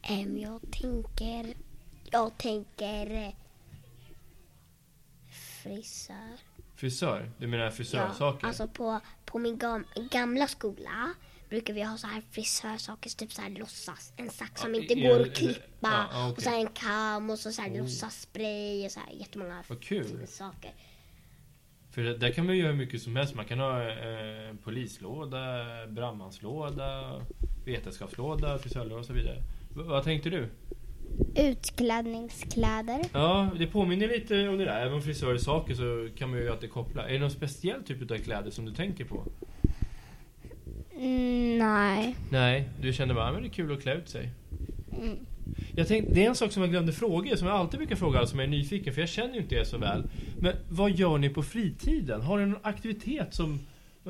Speaker 1: Ehm, jag tänker... Jag tänker... eh, Frisör.
Speaker 2: Frisör? Du menar frisörsaker?
Speaker 1: alltså på, på min gam- gamla skola brukar vi ha så här frisörsaker, typ så här låtsas. En sax som
Speaker 2: Ja,
Speaker 1: inte
Speaker 2: i-
Speaker 1: går
Speaker 2: i-
Speaker 1: att klippa.
Speaker 2: ja, ja, okej. Mm.
Speaker 1: Och så här en kam och så, så här låtsasspray och så här jättemånga
Speaker 2: Vad kul.
Speaker 1: saker.
Speaker 2: För det- där kan man ju göra hur mycket som helst. Man kan ha eh, en polislåda, brandmanslåda, vetenskapslåda, frisörlåda och så vidare. V- vad tänkte du?
Speaker 5: Utklädningskläder.
Speaker 2: Ja, det påminner lite om det där. Även om frisörer är saker så kan man ju alltid koppla. Är det någon speciell typ av kläder som du tänker på?
Speaker 5: Mm, nej.
Speaker 2: Nej, du känner bara att det är kul att klä ut sig. Jag tänkte, det är en sak som jag glömde fråga som jag alltid brukar fråga alla som är nyfiken, för jag känner ju inte er så väl. Men vad gör ni på fritiden? Har ni någon aktivitet som...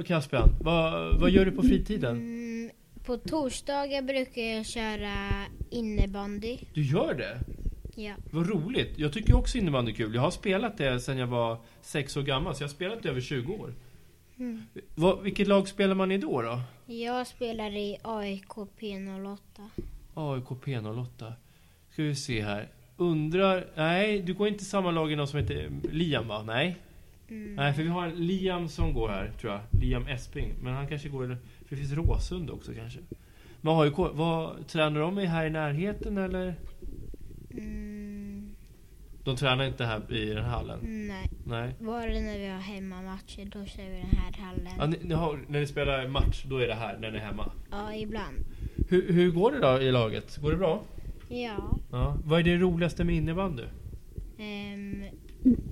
Speaker 2: Caspian, vad, vad gör du på fritiden?
Speaker 3: Mm, på torsdagar brukar jag köra innebandy.
Speaker 2: Du gör det?
Speaker 3: Ja.
Speaker 2: Vad roligt! Jag tycker också innebandy är kul. Jag har spelat det sedan jag var sex år gammal, så jag har spelat det över 20 år. Vad, vilket lag spelar man i då? då?
Speaker 3: Jag spelar i AIK P08.
Speaker 2: AIK P08. Ska vi se här. Undrar... Nej, du går inte i samma lag i någon som heter Liam va? Nej?
Speaker 3: Mm.
Speaker 2: Nej, för vi har en Liam som går här, tror jag. Liam Esping. Men han kanske går... i- För det finns Råsund också kanske. Men AIK, vad, tränar de i här i närheten eller?
Speaker 3: Mm,
Speaker 2: De tränar inte här i den här hallen?
Speaker 3: nej.
Speaker 2: Nej.
Speaker 3: Bara när vi har hemmamatcher då kör vi den här hallen.
Speaker 2: Ja, ni, ni har, när ni spelar match, då är det här, när ni är hemma?
Speaker 3: Ja, ibland.
Speaker 2: Hur, hur går det då i laget? Går det bra?
Speaker 3: Ja.
Speaker 2: Ja. Vad är det roligaste med innebandy?
Speaker 3: Ehm,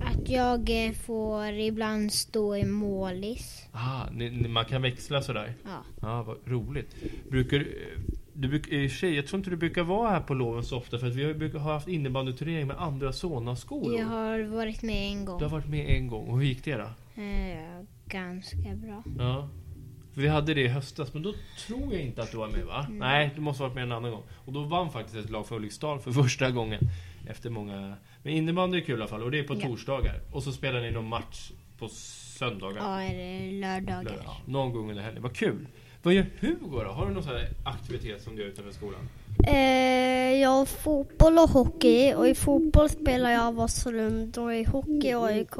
Speaker 3: att jag eh, får ibland stå i målis.
Speaker 2: Ah, ni, ni, man kan växla sådär?
Speaker 3: Ja.
Speaker 2: Ja, vad roligt. Brukar du- du... bruk- I och för sig, jag tror inte du brukar vara här på loven så ofta för att vi har, ju brukar ha haft innebandyturnering med andra Solna-skolor.
Speaker 3: Jag har varit med en gång.
Speaker 2: Du har varit med en gång, och hur gick det då?
Speaker 3: Eh, ganska bra.
Speaker 2: Ja. Vi hade det i höstas, men då tror jag inte att du var med
Speaker 3: Mm.
Speaker 2: va? Nej, du måste ha varit med en annan gång. Och då vann faktiskt ett lag för Ulriksdal för första gången. Efter många... Men innebandy är kul i alla fall, och det är på
Speaker 3: Ja.
Speaker 2: torsdagar. Och så spelar ni någon match på söndagar?
Speaker 3: Ja, eller lördagar.
Speaker 2: Lördag. Någon gång under helgen. Vad kul! Vad gör Hugo då? Har du någon sån här aktivitet som du gör utanför skolan?
Speaker 4: Eh, jag har fotboll och hockey och i fotboll spelar jag Vasalund och i hockey AIK.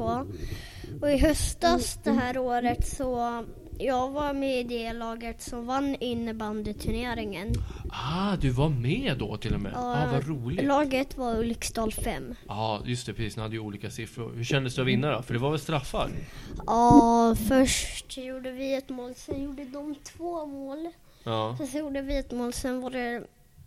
Speaker 4: Och i höstas det här året så jag var med i det laget som vann innebandyturneringen.
Speaker 2: Ah, du var med då till och med?
Speaker 4: Ja,
Speaker 2: ah, vad roligt!
Speaker 4: Laget var Ulriksdal 5.
Speaker 2: Ja, ah, just det, precis. Ni hade ju olika siffror. Hur kändes det att vinna då? För det var väl straffar?
Speaker 3: Mm.
Speaker 4: Ja, först gjorde vi ett mål, sen gjorde de två mål.
Speaker 2: Ja.
Speaker 4: Sen så gjorde vi ett mål, sen var det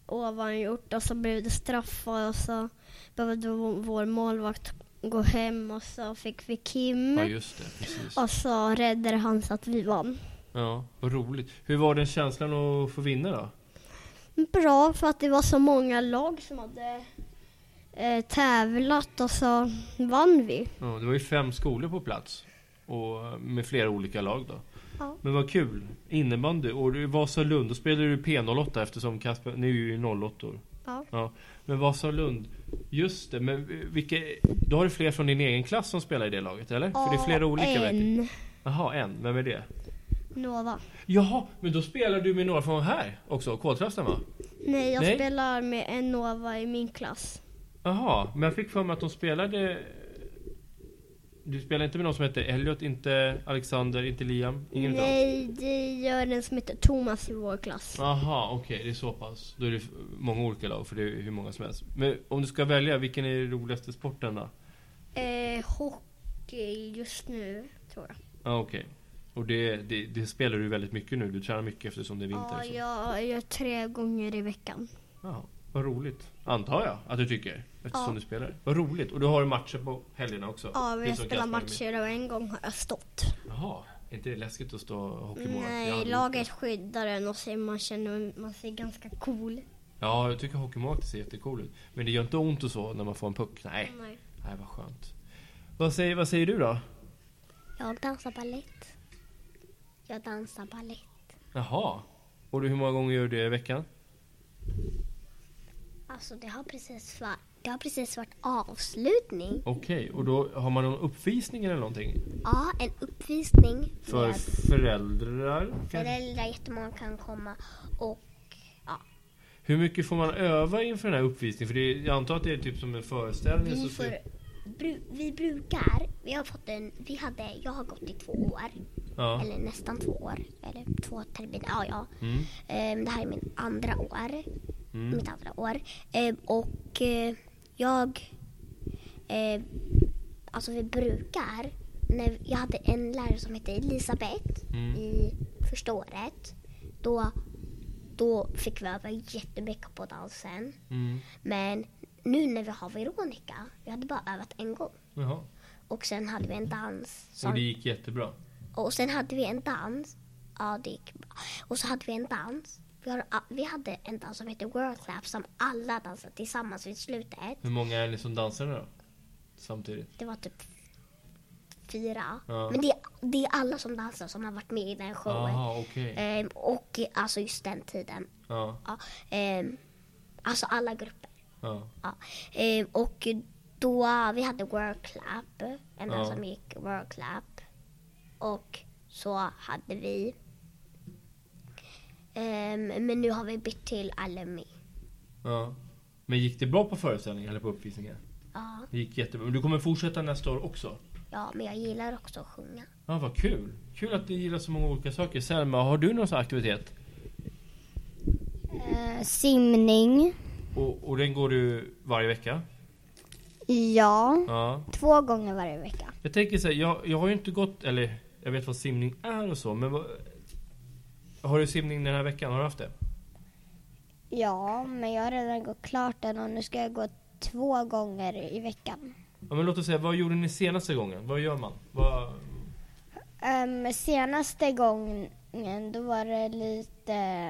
Speaker 4: ovangjort och så blev det straffar och så behövde vår vår målvakt gå hem och så fick vi Kim
Speaker 2: Ja, just det. Precis.
Speaker 4: och så räddade han så att vi vann.
Speaker 2: Ja, vad roligt. Hur var den känslan att få vinna då?
Speaker 4: Bra för att det var så många lag som hade eh, tävlat och så vann vi.
Speaker 2: Ja, det var ju fem skolor på plats. Och eh, med flera olika lag då.
Speaker 4: Ja.
Speaker 2: Men vad kul! Innebandy. Och du- Vasalund, då spelade du P08 eftersom Kasper, ni är ju 08
Speaker 4: Ja.
Speaker 2: ja. Men Vasalund, just det. Men vilka, då har du fler från din egen klass som spelar i det laget eller? För det är flera olika vet du.
Speaker 4: en
Speaker 2: Jaha, en. Vem är det?
Speaker 4: Nova.
Speaker 2: Jaha, men då spelar du med några från här också? Koltrasten va?
Speaker 4: Nej, jag
Speaker 2: Nej.
Speaker 4: spelar med en Nova i min klass.
Speaker 2: Jaha, men jag fick för mig att de spelade... Du spelade inte med någon som hette Elliot, inte Alexander, inte Liam? Ingen utav dem?
Speaker 4: Nej, det gör en som heter Thomas i vår klass.
Speaker 2: Jaha, okej, det är så pass. Då är det f- många olika lag, för det är hur många som helst. Men om du ska välja, vilken är den roligaste sporten då?
Speaker 4: Eh, hockey just nu, tror jag.
Speaker 2: Ja, okej. Och det, det, det spelar du väldigt mycket nu, du tränar mycket eftersom det är vinter?
Speaker 4: Ja,
Speaker 2: så.
Speaker 4: jag gör tre gånger i veckan.
Speaker 2: Jaha, vad roligt. Antar jag att du tycker, eftersom
Speaker 4: Ja.
Speaker 2: du spelar. Vad roligt. Och du har matcher på helgerna också?
Speaker 4: Ja, vi
Speaker 2: Precis som
Speaker 4: spelar
Speaker 2: Kasper.
Speaker 4: matcher och en gång har jag stått.
Speaker 2: Jaha, är inte det läskigt att stå hockeymålvakt? Jag har
Speaker 4: Nej,
Speaker 2: aldrig
Speaker 4: laget skyddar en och så man känner man sig ganska cool.
Speaker 2: Ja, jag tycker hockeymålvakt ser jättecool ut. Men det gör inte ont och så när man får en puck. Nej,
Speaker 4: Nej.
Speaker 2: nej vad skönt. Vad säger, vad säger du då?
Speaker 1: Jag dansar ballett. Jag dansar ballett.
Speaker 2: Jaha. Och du, hur många gånger gör du det i veckan?
Speaker 1: Alltså det har precis varit, det har precis varit avslutning.
Speaker 2: Okej, och då har man någon uppvisning eller någonting?
Speaker 1: Ja, en uppvisning.
Speaker 2: För
Speaker 1: med
Speaker 2: föräldrar? kanske?
Speaker 1: Föräldrar jättemånga kan komma och
Speaker 2: Hur mycket får man öva inför den här uppvisningen? För det är, jag antar att det är typ som en föreställning?
Speaker 1: vi
Speaker 2: så typ-
Speaker 1: får
Speaker 2: ska-
Speaker 1: bru, vi brukar, vi har fått en, vi hade, jag har gått i två år,
Speaker 2: Ja.
Speaker 1: eller nästan två år, eller två terminer, ja ja.
Speaker 2: Mm.
Speaker 1: Ehm, det här är min andra år,
Speaker 2: Mm.
Speaker 1: mitt andra år. Ehm, och eh, jag, eh, alltså vi brukar, när jag hade en lärare som hette Elisabeth
Speaker 2: Mm.
Speaker 1: i första året, då, då fick vi öva jättemycket på dansen.
Speaker 2: Mm.
Speaker 1: Men nu när vi har Veronica, vi hade bara övat en gång.
Speaker 2: Jaha.
Speaker 1: Och sen hade vi en dans.
Speaker 2: Och det
Speaker 1: Som,
Speaker 2: gick jättebra?
Speaker 1: och sen hade vi en dans. Ja, det gick bra. Och så hade vi en dans. Vi, har, vi hade en dans som heter World Clap som alla dansade tillsammans vid slutet.
Speaker 2: Hur många är ni som dansar nu då? Samtidigt?
Speaker 1: Det var typ fyra.
Speaker 2: Ja.
Speaker 1: Men det, det är alla som dansar som har varit med i den showen.
Speaker 2: Jaha, okej.
Speaker 1: Ehm, och alltså just den tiden.
Speaker 2: Ja,
Speaker 1: Ja, ehm, alltså alla grupper.
Speaker 2: ja.
Speaker 1: Ja. Ehm, och då, vi hade world clap, en
Speaker 2: Ja.
Speaker 1: ja. som gick world clap. Och så hade vi, ehm, men nu har vi bytt till Alumni.
Speaker 2: Ja. Men gick det bra på föreställningen eller på uppvisningen?
Speaker 1: Ja,
Speaker 2: Det gick jättebra. Men du kommer fortsätta nästa år också?
Speaker 1: ja, men jag gillar också att sjunga.
Speaker 2: Ja, vad kul! Kul att ni gillar så många olika saker. Selma, har du någon sån här aktivitet?
Speaker 5: Eh, simning.
Speaker 2: Och, och den går du varje vecka?
Speaker 5: Ja.
Speaker 2: Ja.
Speaker 5: Två gånger varje vecka.
Speaker 2: Jag tänker så här, jag, jag har ju inte gått, eller jag vet vad simning är och så, men vad, Har du simning den här veckan? Har du haft det?
Speaker 5: Ja, men jag har redan gått klart den och nu ska jag gå två gånger i veckan.
Speaker 2: Ja, men låt oss säga, vad gjorde ni senaste gången? Vad gör man? Vad,
Speaker 5: Ehm, senaste gången då var det lite...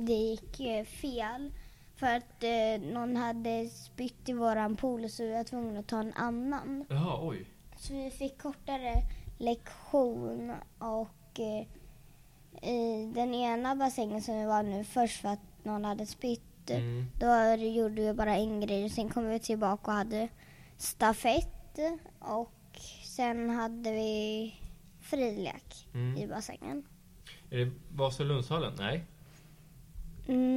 Speaker 5: Det gick eh, fel. För att eh, någon hade spytt i våran pool så vi var tvungna att ta en annan.
Speaker 2: jaha, oj.
Speaker 5: Så vi fick kortare lektion och eh, i den ena bassängen som vi var nu först för att någon hade spytt,
Speaker 2: Mm.
Speaker 5: då gjorde vi bara en grej och sen kom vi tillbaka och hade stafett och Sen hade vi frilek i
Speaker 2: Mm.
Speaker 5: bassängen.
Speaker 2: Är det Vasalundshallen? Nej.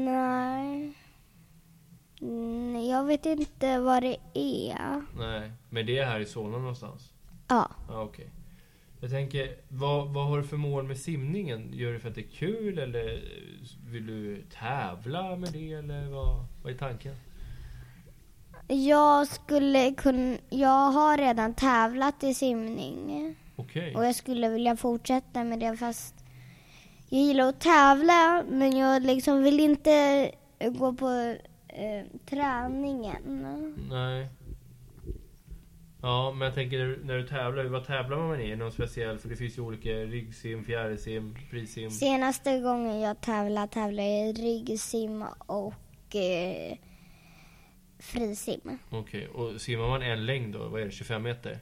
Speaker 5: Nej. Mm, Jag vet inte vad det är.
Speaker 2: Nej. Men det är här i Solna någonstans?
Speaker 5: Ja.
Speaker 2: Ja, okej. Jag tänker, vad, vad har du för mål med simningen? Gör du för att det är kul eller vill du tävla med det eller vad, vad är tanken?
Speaker 5: Jag skulle kunna... Jag har redan tävlat i simning.
Speaker 2: Okej.
Speaker 5: Och jag skulle vilja fortsätta med det fast jag gillar att tävla men jag liksom vill inte gå på eh, träningen.
Speaker 2: Nej. Ja, men jag tänker när du tävlar, vad tävlar man med i? Är det Någon speciell? För det finns ju olika ryggsim, fjärilsim, frisim.
Speaker 5: Senaste gången jag tävlade tävlade jag i ryggsim och eh, frisim.
Speaker 2: Okej, och simmar man en längd då? Vad är det? 25 meter?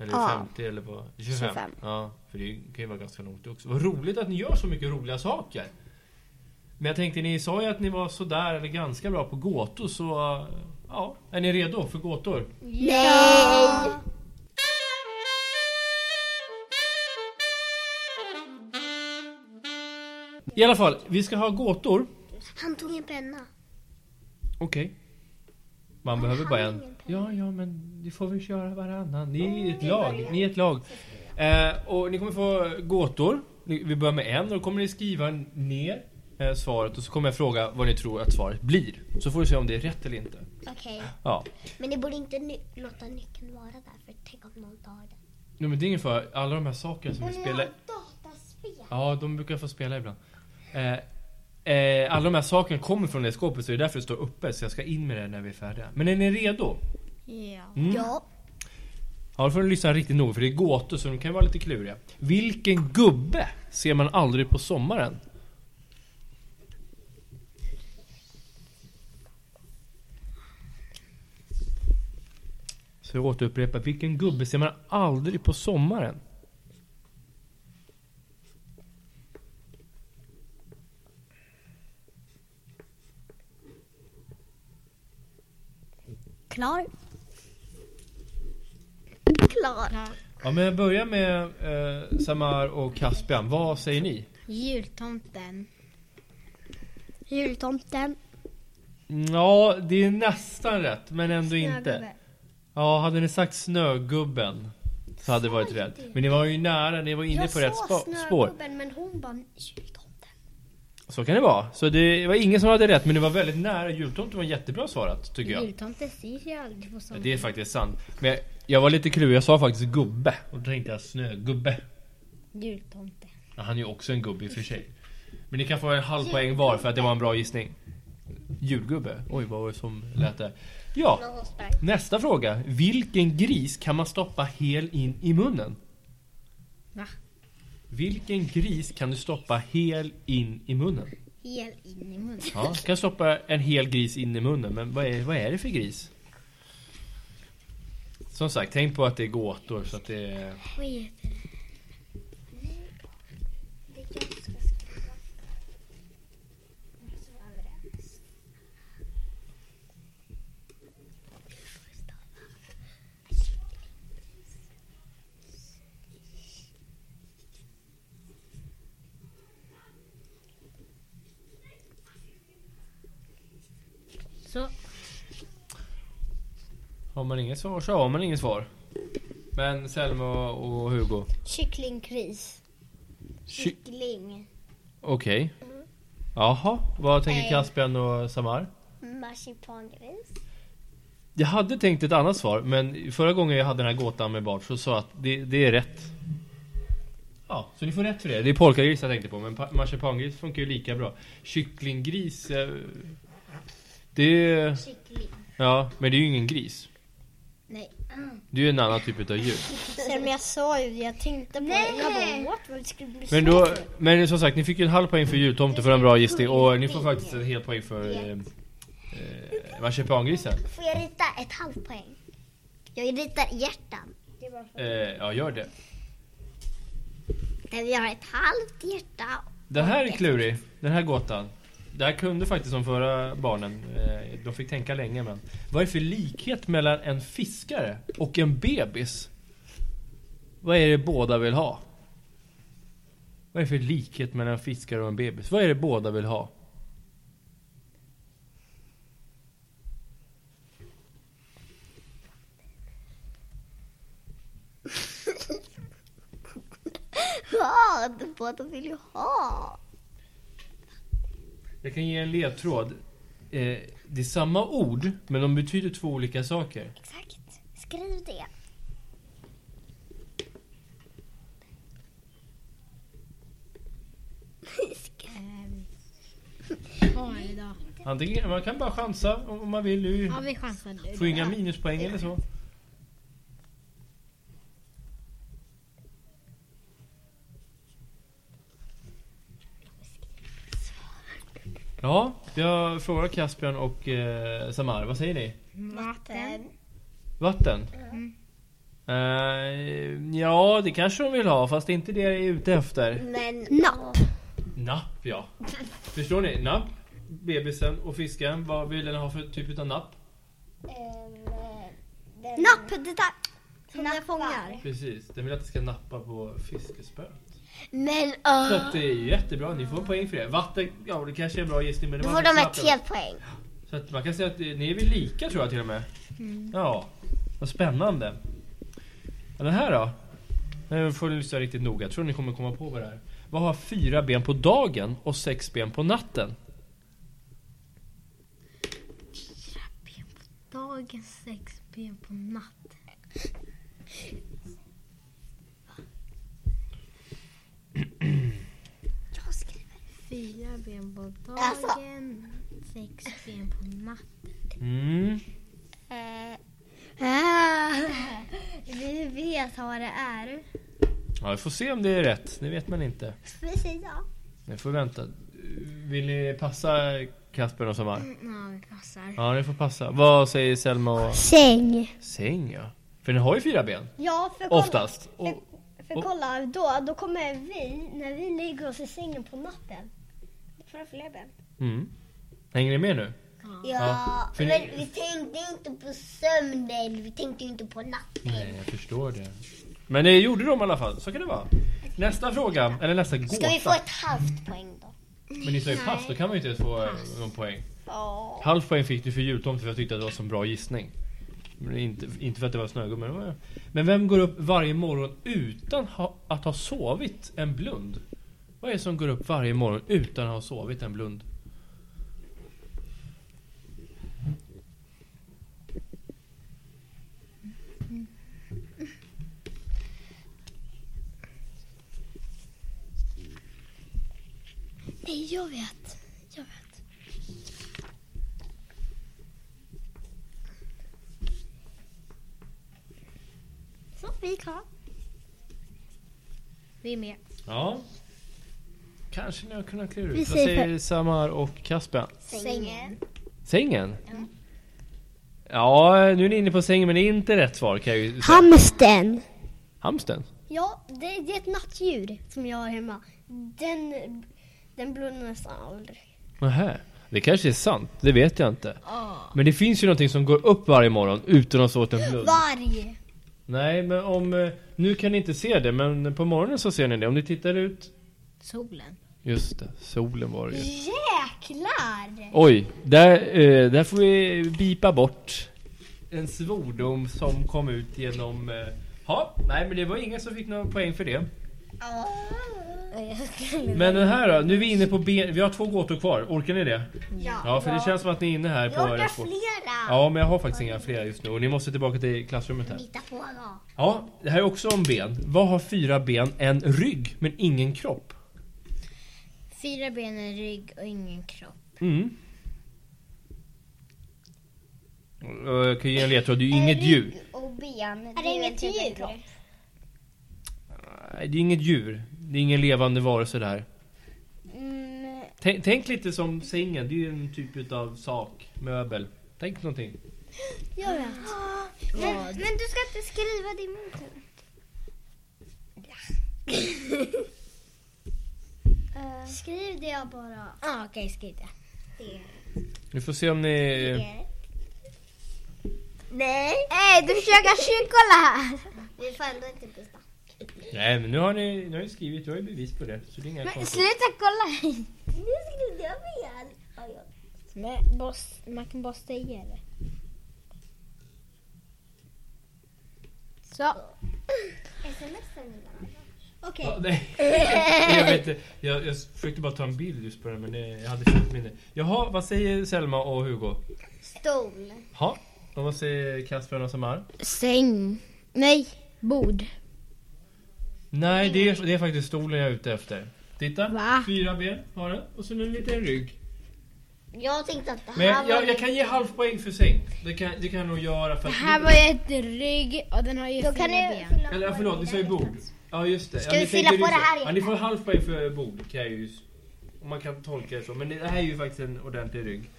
Speaker 2: Eller
Speaker 5: Ja.
Speaker 2: 50 eller vad? 25.
Speaker 5: 25.
Speaker 2: Ja, för det kan ju vara ganska långt också. Vad roligt att ni gör så mycket roliga saker! Men jag tänkte, ni sa ju att ni var sådär eller ganska bra på gåtor så... Ja, är ni redo för gåtor?
Speaker 5: Nej!
Speaker 2: I alla fall, vi ska ha gåtor.
Speaker 1: Han tog en penna.
Speaker 2: Okej. Man behöver
Speaker 1: han
Speaker 2: bara
Speaker 1: har
Speaker 2: en.
Speaker 1: ingen
Speaker 2: Ja, ja, men det får vi köra varannan. Ni är ett lag. Ni är ett lag. Eh, och ni kommer få gåtor. Ni- Vi börjar med en och då kommer ni skriva ner eh, svaret och så kommer jag fråga vad ni tror att svaret blir. Så får du se om det är rätt eller inte.
Speaker 1: Okej.
Speaker 2: Ja.
Speaker 1: Men ni borde inte ny- låta nyckeln vara där för tänk om någon tar den.
Speaker 2: Nej, men det är ingen fara. Alla de här sakerna som vi spelar...
Speaker 1: dataspel.
Speaker 2: Ja, de brukar få spela ibland. Eh, eh, alla de här sakerna kommer från det skåpet så det är därför det står uppe. Så jag ska in med det när vi är färdiga. Men är ni redo?
Speaker 3: Ja.
Speaker 2: Mm.
Speaker 1: Ja.
Speaker 2: Ja, då får du lyssna riktigt noga för det är gåtor så de kan vara lite kluriga. Vilken gubbe ser man aldrig på sommaren? Så jag återupprepar, vilken gubbe ser man aldrig på sommaren?
Speaker 4: Klar.
Speaker 1: Klar.
Speaker 2: Ja men jag börjar med eh, Samar och Caspian, vad säger ni?
Speaker 3: Jultomten.
Speaker 4: Jultomten.
Speaker 2: Ja, det är nästan rätt men ändå inte. Ja, hade ni sagt snögubben så hade det varit rätt. Men ni var ju nära, ni var inne på rätt spa- spår.
Speaker 4: men hon bara jultomten.
Speaker 2: Så kan det vara. Så det var ingen som hade rätt men det var väldigt nära. Jultomten var jättebra svarat tycker jag.
Speaker 3: Jultomten syns ju aldrig på
Speaker 2: Ja,
Speaker 3: sommaren.
Speaker 2: Det är faktiskt sant. Men jag, jag var lite klurig, jag sa faktiskt gubbe. Och då tänkte jag snögubbe.
Speaker 3: Jultomten.
Speaker 2: Ja, han är ju också en gubbe i och för sig. Men ni kan få en halv poäng var för att det var en bra gissning. Julgubbe. Oj vad var det som lät där. Ja, nästa fråga. Vilken gris kan man stoppa hel in i munnen?
Speaker 3: Va?
Speaker 2: Vilken gris kan du stoppa hel in i munnen?
Speaker 3: Hel in i munnen.
Speaker 2: Ja, jag kan stoppa en hel gris in i munnen, men vad är, vad är det för gris? Som sagt, tänk på att det är gåtor så att det är...
Speaker 3: Vad heter det? Så,
Speaker 2: Har man inget svar så har man inget svar. Men Selma och Hugo.
Speaker 1: Kycklingkris.
Speaker 2: Ky-
Speaker 1: Kyckling.
Speaker 2: Okej. Jaha, vad tänker Caspian och Samar?
Speaker 1: Marsipangris.
Speaker 2: Jag hade tänkt ett annat svar, men förra gången jag hade den här gåtan med Bart så sa jag att det, det är rätt. Ja, så ni får rätt för det. Det är polkagris jag tänkte på, men pa- marsipangris funkar ju lika bra. Kycklinggris... eh, Det... är-
Speaker 1: Kyckling.
Speaker 2: Ja, men det är ju ingen gris.
Speaker 3: Nej.
Speaker 2: Det är ju en annan typ av djur.
Speaker 4: Sen men jag sa ju, jag tänkte på det. Jag bara, what? Vad skulle bli
Speaker 2: Men, då, men som sagt, ni fick ju en halv poäng för jultomten för en bra gissning och ni får faktiskt en hel poäng för eh, eh, marsipangrisen.
Speaker 1: Får jag rita ett halvt poäng? Jag ritar hjärtan.
Speaker 2: Eh, ja, gör det.
Speaker 1: Där vi har ett halvt hjärta.
Speaker 2: Den här är klurig, den här gåtan. Det här kunde faktiskt de förra barnen. Eh, De fick tänka länge men. Vad är det för likhet mellan en fiskare och en bebis? Vad är det båda vill ha? Vad är det för likhet mellan en fiskare och en bebis? Vad är det båda vill ha?
Speaker 1: Vad? Båda vill ju ha.
Speaker 2: Jag kan ge en ledtråd. Eh, det är samma ord, men de betyder två olika saker.
Speaker 1: Exakt. Skriv det.
Speaker 3: Ha en idag.
Speaker 2: Antingen, man kan bara chansa om man vill. Du
Speaker 3: Ja, vi chansar nu.
Speaker 2: får inga minuspoäng eller så. Ja, jag frågar Caspian och eh, Samar, vad säger ni?
Speaker 3: Vatten.
Speaker 2: Vatten? Eh, ja, det kanske de vill ha, fast det är inte det jag är ute efter.
Speaker 1: Men...
Speaker 4: Napp.
Speaker 2: Napp ja. Förstår ni? Napp, bebisen och fisken. Vad vill den ha för typ av napp?
Speaker 1: eh, Napp! Det där! Som jag fångar.
Speaker 2: Precis, den vill att det ska nappa på fiskespö.
Speaker 1: Men
Speaker 2: Så
Speaker 1: öh!
Speaker 2: att det är jättebra, ni får en poäng för det. Vatten, ja det kanske är en bra gissning men det
Speaker 1: Då
Speaker 2: var
Speaker 1: får
Speaker 2: inte
Speaker 1: de
Speaker 2: snabbt.
Speaker 1: ett helt poäng.
Speaker 2: Så att man kan säga att eh, ni är väl lika tror jag till och med. Ja, vad spännande. Ja, Den här då? Nu får ni lyssna riktigt noga, jag tror ni kommer komma på vad det är. Vad har fyra ben på dagen och sex ben på natten?
Speaker 3: Dagens sex ben på natten.
Speaker 1: Jag skriver.
Speaker 3: Fyra ben på dagen.
Speaker 1: Alltså.
Speaker 3: Sex ben på natten.
Speaker 2: Mm.
Speaker 1: Eh. Ah. Vi vet vad det är.
Speaker 2: Ja, vi får se om det är rätt, det vet man inte.
Speaker 1: Får vi säga?
Speaker 2: Ni får vänta. Vill ni passa Kasper och Samar?
Speaker 4: Mm.
Speaker 3: Ja, vi passar.
Speaker 2: Ja, ni får passa. Vad säger Selma och...
Speaker 4: Säng.
Speaker 2: Säng ja. För ni har ju fyra ben.
Speaker 1: Ja, för
Speaker 2: Oftast. Och,
Speaker 1: För kolla, då, då kommer vi, när vi lägger oss i sängen på natten. Då får du fler ben.
Speaker 2: mm. Hänger ni med nu?
Speaker 1: Ja,
Speaker 2: Ja, för
Speaker 1: men
Speaker 2: ni-
Speaker 1: vi tänkte inte på sömnen, vi tänkte inte på natten.
Speaker 2: Nej, jag förstår det. Men det gjorde de i alla fall, så kan det vara. Nästa fråga, eller nästa gåta.
Speaker 1: Ska vi få ett halvt poäng då?
Speaker 2: Men ni sa ju pass, då kan man ju inte ens få eh, någon poäng.
Speaker 1: Ja.
Speaker 2: Halv poäng fick du för jultomten för jag tyckte att det var så en bra gissning. Men inte, inte för att det var snögubben. det var- Men vem går upp varje morgon utan ha, att ha sovit en blund? Vad är det som går upp varje morgon utan att ha sovit en blund?
Speaker 1: Nej, jag vet. Jag vet. Så, vi är klara.
Speaker 3: Vi är med.
Speaker 2: Ja. Kanske ni har kunnat klura ut.
Speaker 4: Vi
Speaker 2: Vad
Speaker 4: säger
Speaker 2: säger Samar och Kasper?
Speaker 1: Sängen.
Speaker 2: Sängen? Ja, nu är ni inne på sängen men det är inte rätt svar kan jag ju säga.
Speaker 4: Hamsten.
Speaker 2: Hamsten?
Speaker 1: Ja, det, det är ett nattdjur som jag har hemma. Den, den blundar nästan aldrig.
Speaker 2: Nähä. Det kanske är sant, det vet jag inte.
Speaker 4: Ah.
Speaker 2: Men det finns ju någonting som går upp varje morgon utan att ha sovit en blund.
Speaker 1: Varg.
Speaker 2: Nej, men om... eh, Nu kan ni inte se det, men på morgonen så ser ni det. Om ni tittar ut...
Speaker 3: Solen.
Speaker 2: Just det, solen var det ju.
Speaker 1: Jäklar!
Speaker 2: Oj, där, eh, där får vi bipa bort en svordom som kom ut genom... eh, Ja, nej men det var ingen som fick någon poäng för det. Men den här då, nu är vi inne på ben... Vi har två gåtor kvar, orkar ni det?
Speaker 1: Ja.
Speaker 2: Ja, för det känns som att ni är inne här
Speaker 1: Jag
Speaker 2: på...
Speaker 1: har
Speaker 2: era två-
Speaker 1: flera.
Speaker 2: Ja, men jag har faktiskt inga fler just nu och ni måste tillbaka till klassrummet här.
Speaker 1: Hitta på då.
Speaker 2: Ja, det här är också om ben. Vad har fyra ben, en rygg, men ingen kropp?
Speaker 3: Fyra ben, en rygg och ingen kropp.
Speaker 2: Mm. Och Jag kan ge en ledtråd, det är ju inget djur.
Speaker 5: Och ben.
Speaker 1: Är typ det inget djur?
Speaker 2: Nej, det är inget djur. Det är ingen levande varelse det här. Tänk, tänk lite som sängen, det är ju en typ av sak, möbel. Tänk någonting.
Speaker 1: Jag vet. Men, men du ska inte skriva det i min tur. Skriv det bara.
Speaker 3: Ah, Okej, skriv det.
Speaker 2: Vi får se om ni...
Speaker 1: Nej. Nej, du försöker kolla här. Vi får ändå inte byta.
Speaker 2: Nej, men nu har ni, nu har ni skrivit, du har ju bevis på det. Så det är inga
Speaker 5: Men
Speaker 2: konstigheter.
Speaker 5: sluta kolla!
Speaker 1: Nu skrev jag fel. Oj, oj.
Speaker 3: Men boss, man kan bara säga det.
Speaker 5: Så.
Speaker 1: Okej.
Speaker 2: Ja, nej. Nej, jag, vet, inte. jag, jag försökte bara ta en bild just på det, men det, jag hade fint minne. Jaha, vad säger Selma och Hugo?
Speaker 1: Stol.
Speaker 2: Ja, och vad säger Kasper och Samar?
Speaker 3: Säng. Nej, bord.
Speaker 2: Nej, det är, det är faktiskt stolen jag är ute efter. Titta,
Speaker 3: Va?
Speaker 2: fyra ben har den och så en liten rygg.
Speaker 1: Jag tänkte att det här
Speaker 2: Men jag,
Speaker 1: var...
Speaker 2: jag, jag kan ge halvpoäng för säng. Det kan, det kan jag nog göra för att...
Speaker 3: Det här var ju ett rygg och den har ju
Speaker 1: Då
Speaker 3: fyra
Speaker 1: kan du
Speaker 3: ben.
Speaker 1: fylla på
Speaker 2: Eller ja, förlåt, ni sa ju bord. Ja just det.
Speaker 1: Ska
Speaker 2: ja,
Speaker 1: vi
Speaker 2: ni tänkte
Speaker 1: fylla på
Speaker 2: ju så.
Speaker 1: det här
Speaker 2: Ja, ni får halvpoäng för bord kan jag ju... Om man kan tolka det så. Men det här är ju faktiskt en ordentlig rygg.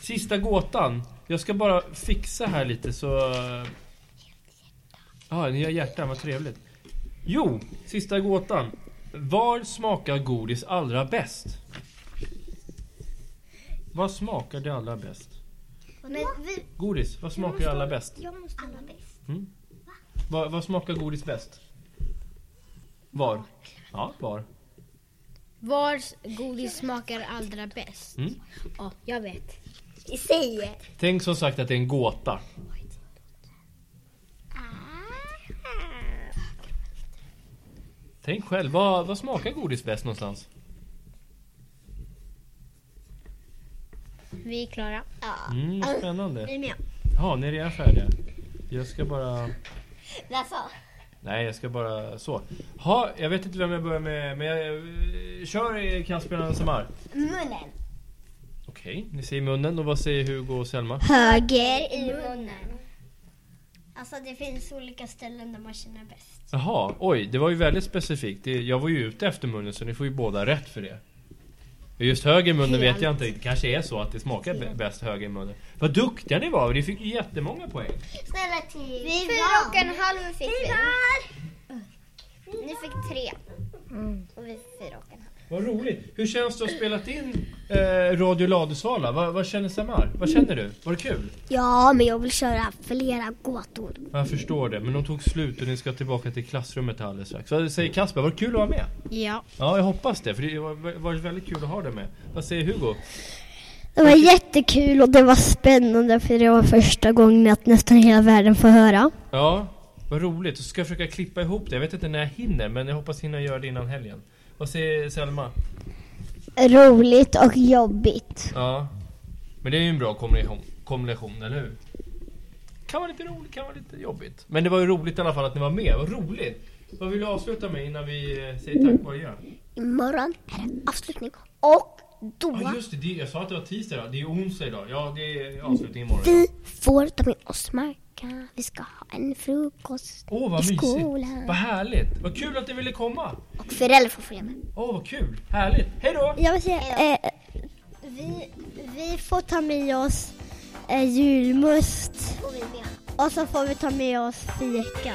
Speaker 2: Sista gåtan. Jag ska bara fixa här lite så... Ja, ah, ni gör hjärtan, vad trevligt. Jo, sista gåtan. Var smakar godis allra bäst? Vad smakar det allra bäst?
Speaker 1: Men vi...
Speaker 2: Godis, vad smakar allra bäst?
Speaker 1: Alla bäst.
Speaker 2: Vad, vad smakar godis bäst? Var? Ja, var.
Speaker 3: Vars godis smakar allra bäst?
Speaker 2: Mm.
Speaker 3: Ja, jag vet.
Speaker 1: Säg.
Speaker 2: Tänk som sagt att det är en gåta. Tänk själv, vad, vad smakar godis bäst någonstans?
Speaker 3: Vi är klara.
Speaker 1: Ja.
Speaker 2: Mm, spännande.
Speaker 1: Vi Äh, är med.
Speaker 2: Ja, ni är redan färdiga. Jag ska bara...
Speaker 1: Alltså.
Speaker 2: Nej, jag ska bara så. Ha, jag vet inte vem jag börjar med, men jag... eh, Kör eh, Kasper och Samar.
Speaker 1: Munnen.
Speaker 2: Okej, ni säger munnen. Och vad säger Hugo och Selma?
Speaker 4: Höger.
Speaker 1: I munnen. Alltså det finns olika ställen där man känner bäst.
Speaker 2: Jaha, oj, det var ju väldigt specifikt. Det, jag var ju ute efter munnen så ni får ju båda rätt för det. Just höger munnen vet jag inte, det kanske är så att det smakar bä- bäst höger munnen. Vad duktiga ni var, ni fick ju jättemånga poäng.
Speaker 1: Snälla till. Vi
Speaker 5: Fyra och
Speaker 1: vann.
Speaker 5: en halv fick
Speaker 1: Vi
Speaker 5: vi.
Speaker 1: vann.
Speaker 5: Ni fick tre. Och vi fick fyra och en halv.
Speaker 2: Vad roligt. Hur känns det att ha spelat in eh, Radio Ladusvala? Vad, vad känner Samar? Vad känner du? Var det kul?
Speaker 4: Ja, men jag vill köra flera gåtor.
Speaker 2: Jag förstår det, men de tog slut och ni ska tillbaka till klassrummet här alldeles strax. Vad säger Kasper? Var det kul att vara med?
Speaker 3: Ja.
Speaker 2: Ja, jag hoppas det, för det var, var väldigt kul att ha dig med. Vad säger Hugo?
Speaker 4: Det var jättekul och det var spännande för det var första gången att nästan hela världen får höra.
Speaker 2: Ja, vad roligt. Så ska jag försöka klippa ihop det. Jag vet inte när jag hinner, men jag hoppas hinna göra det innan helgen. Vad säger Selma?
Speaker 4: Roligt och jobbigt.
Speaker 2: Ja. Men det är ju en bra kombination, kombination eller hur? Kan vara lite roligt, kan vara lite jobbigt. Men det var ju roligt i alla fall att ni var med. Vad roligt! Vad vill du avsluta med innan vi eh, säger tack och adjö?
Speaker 1: Imorgon är det avslutning. Och då
Speaker 2: Ja just det, det, jag sa att det var tisdag idag. Det är ju onsdag idag. Ja, det är avslutning imorgon.
Speaker 1: vi får ta med oss Marka. Vi ska ha en frukost.
Speaker 2: Åh, vad
Speaker 1: i
Speaker 2: mysigt!
Speaker 1: skolan.
Speaker 2: Vad härligt! Vad kul att du ville komma!
Speaker 1: Och föräldrar får följa med.
Speaker 2: Åh, vad kul! Härligt! Hej då!
Speaker 4: Jag vill säga, eh, vi, vi får ta med oss eh, julmust
Speaker 1: Och vi med.
Speaker 4: och så får vi ta med oss fika.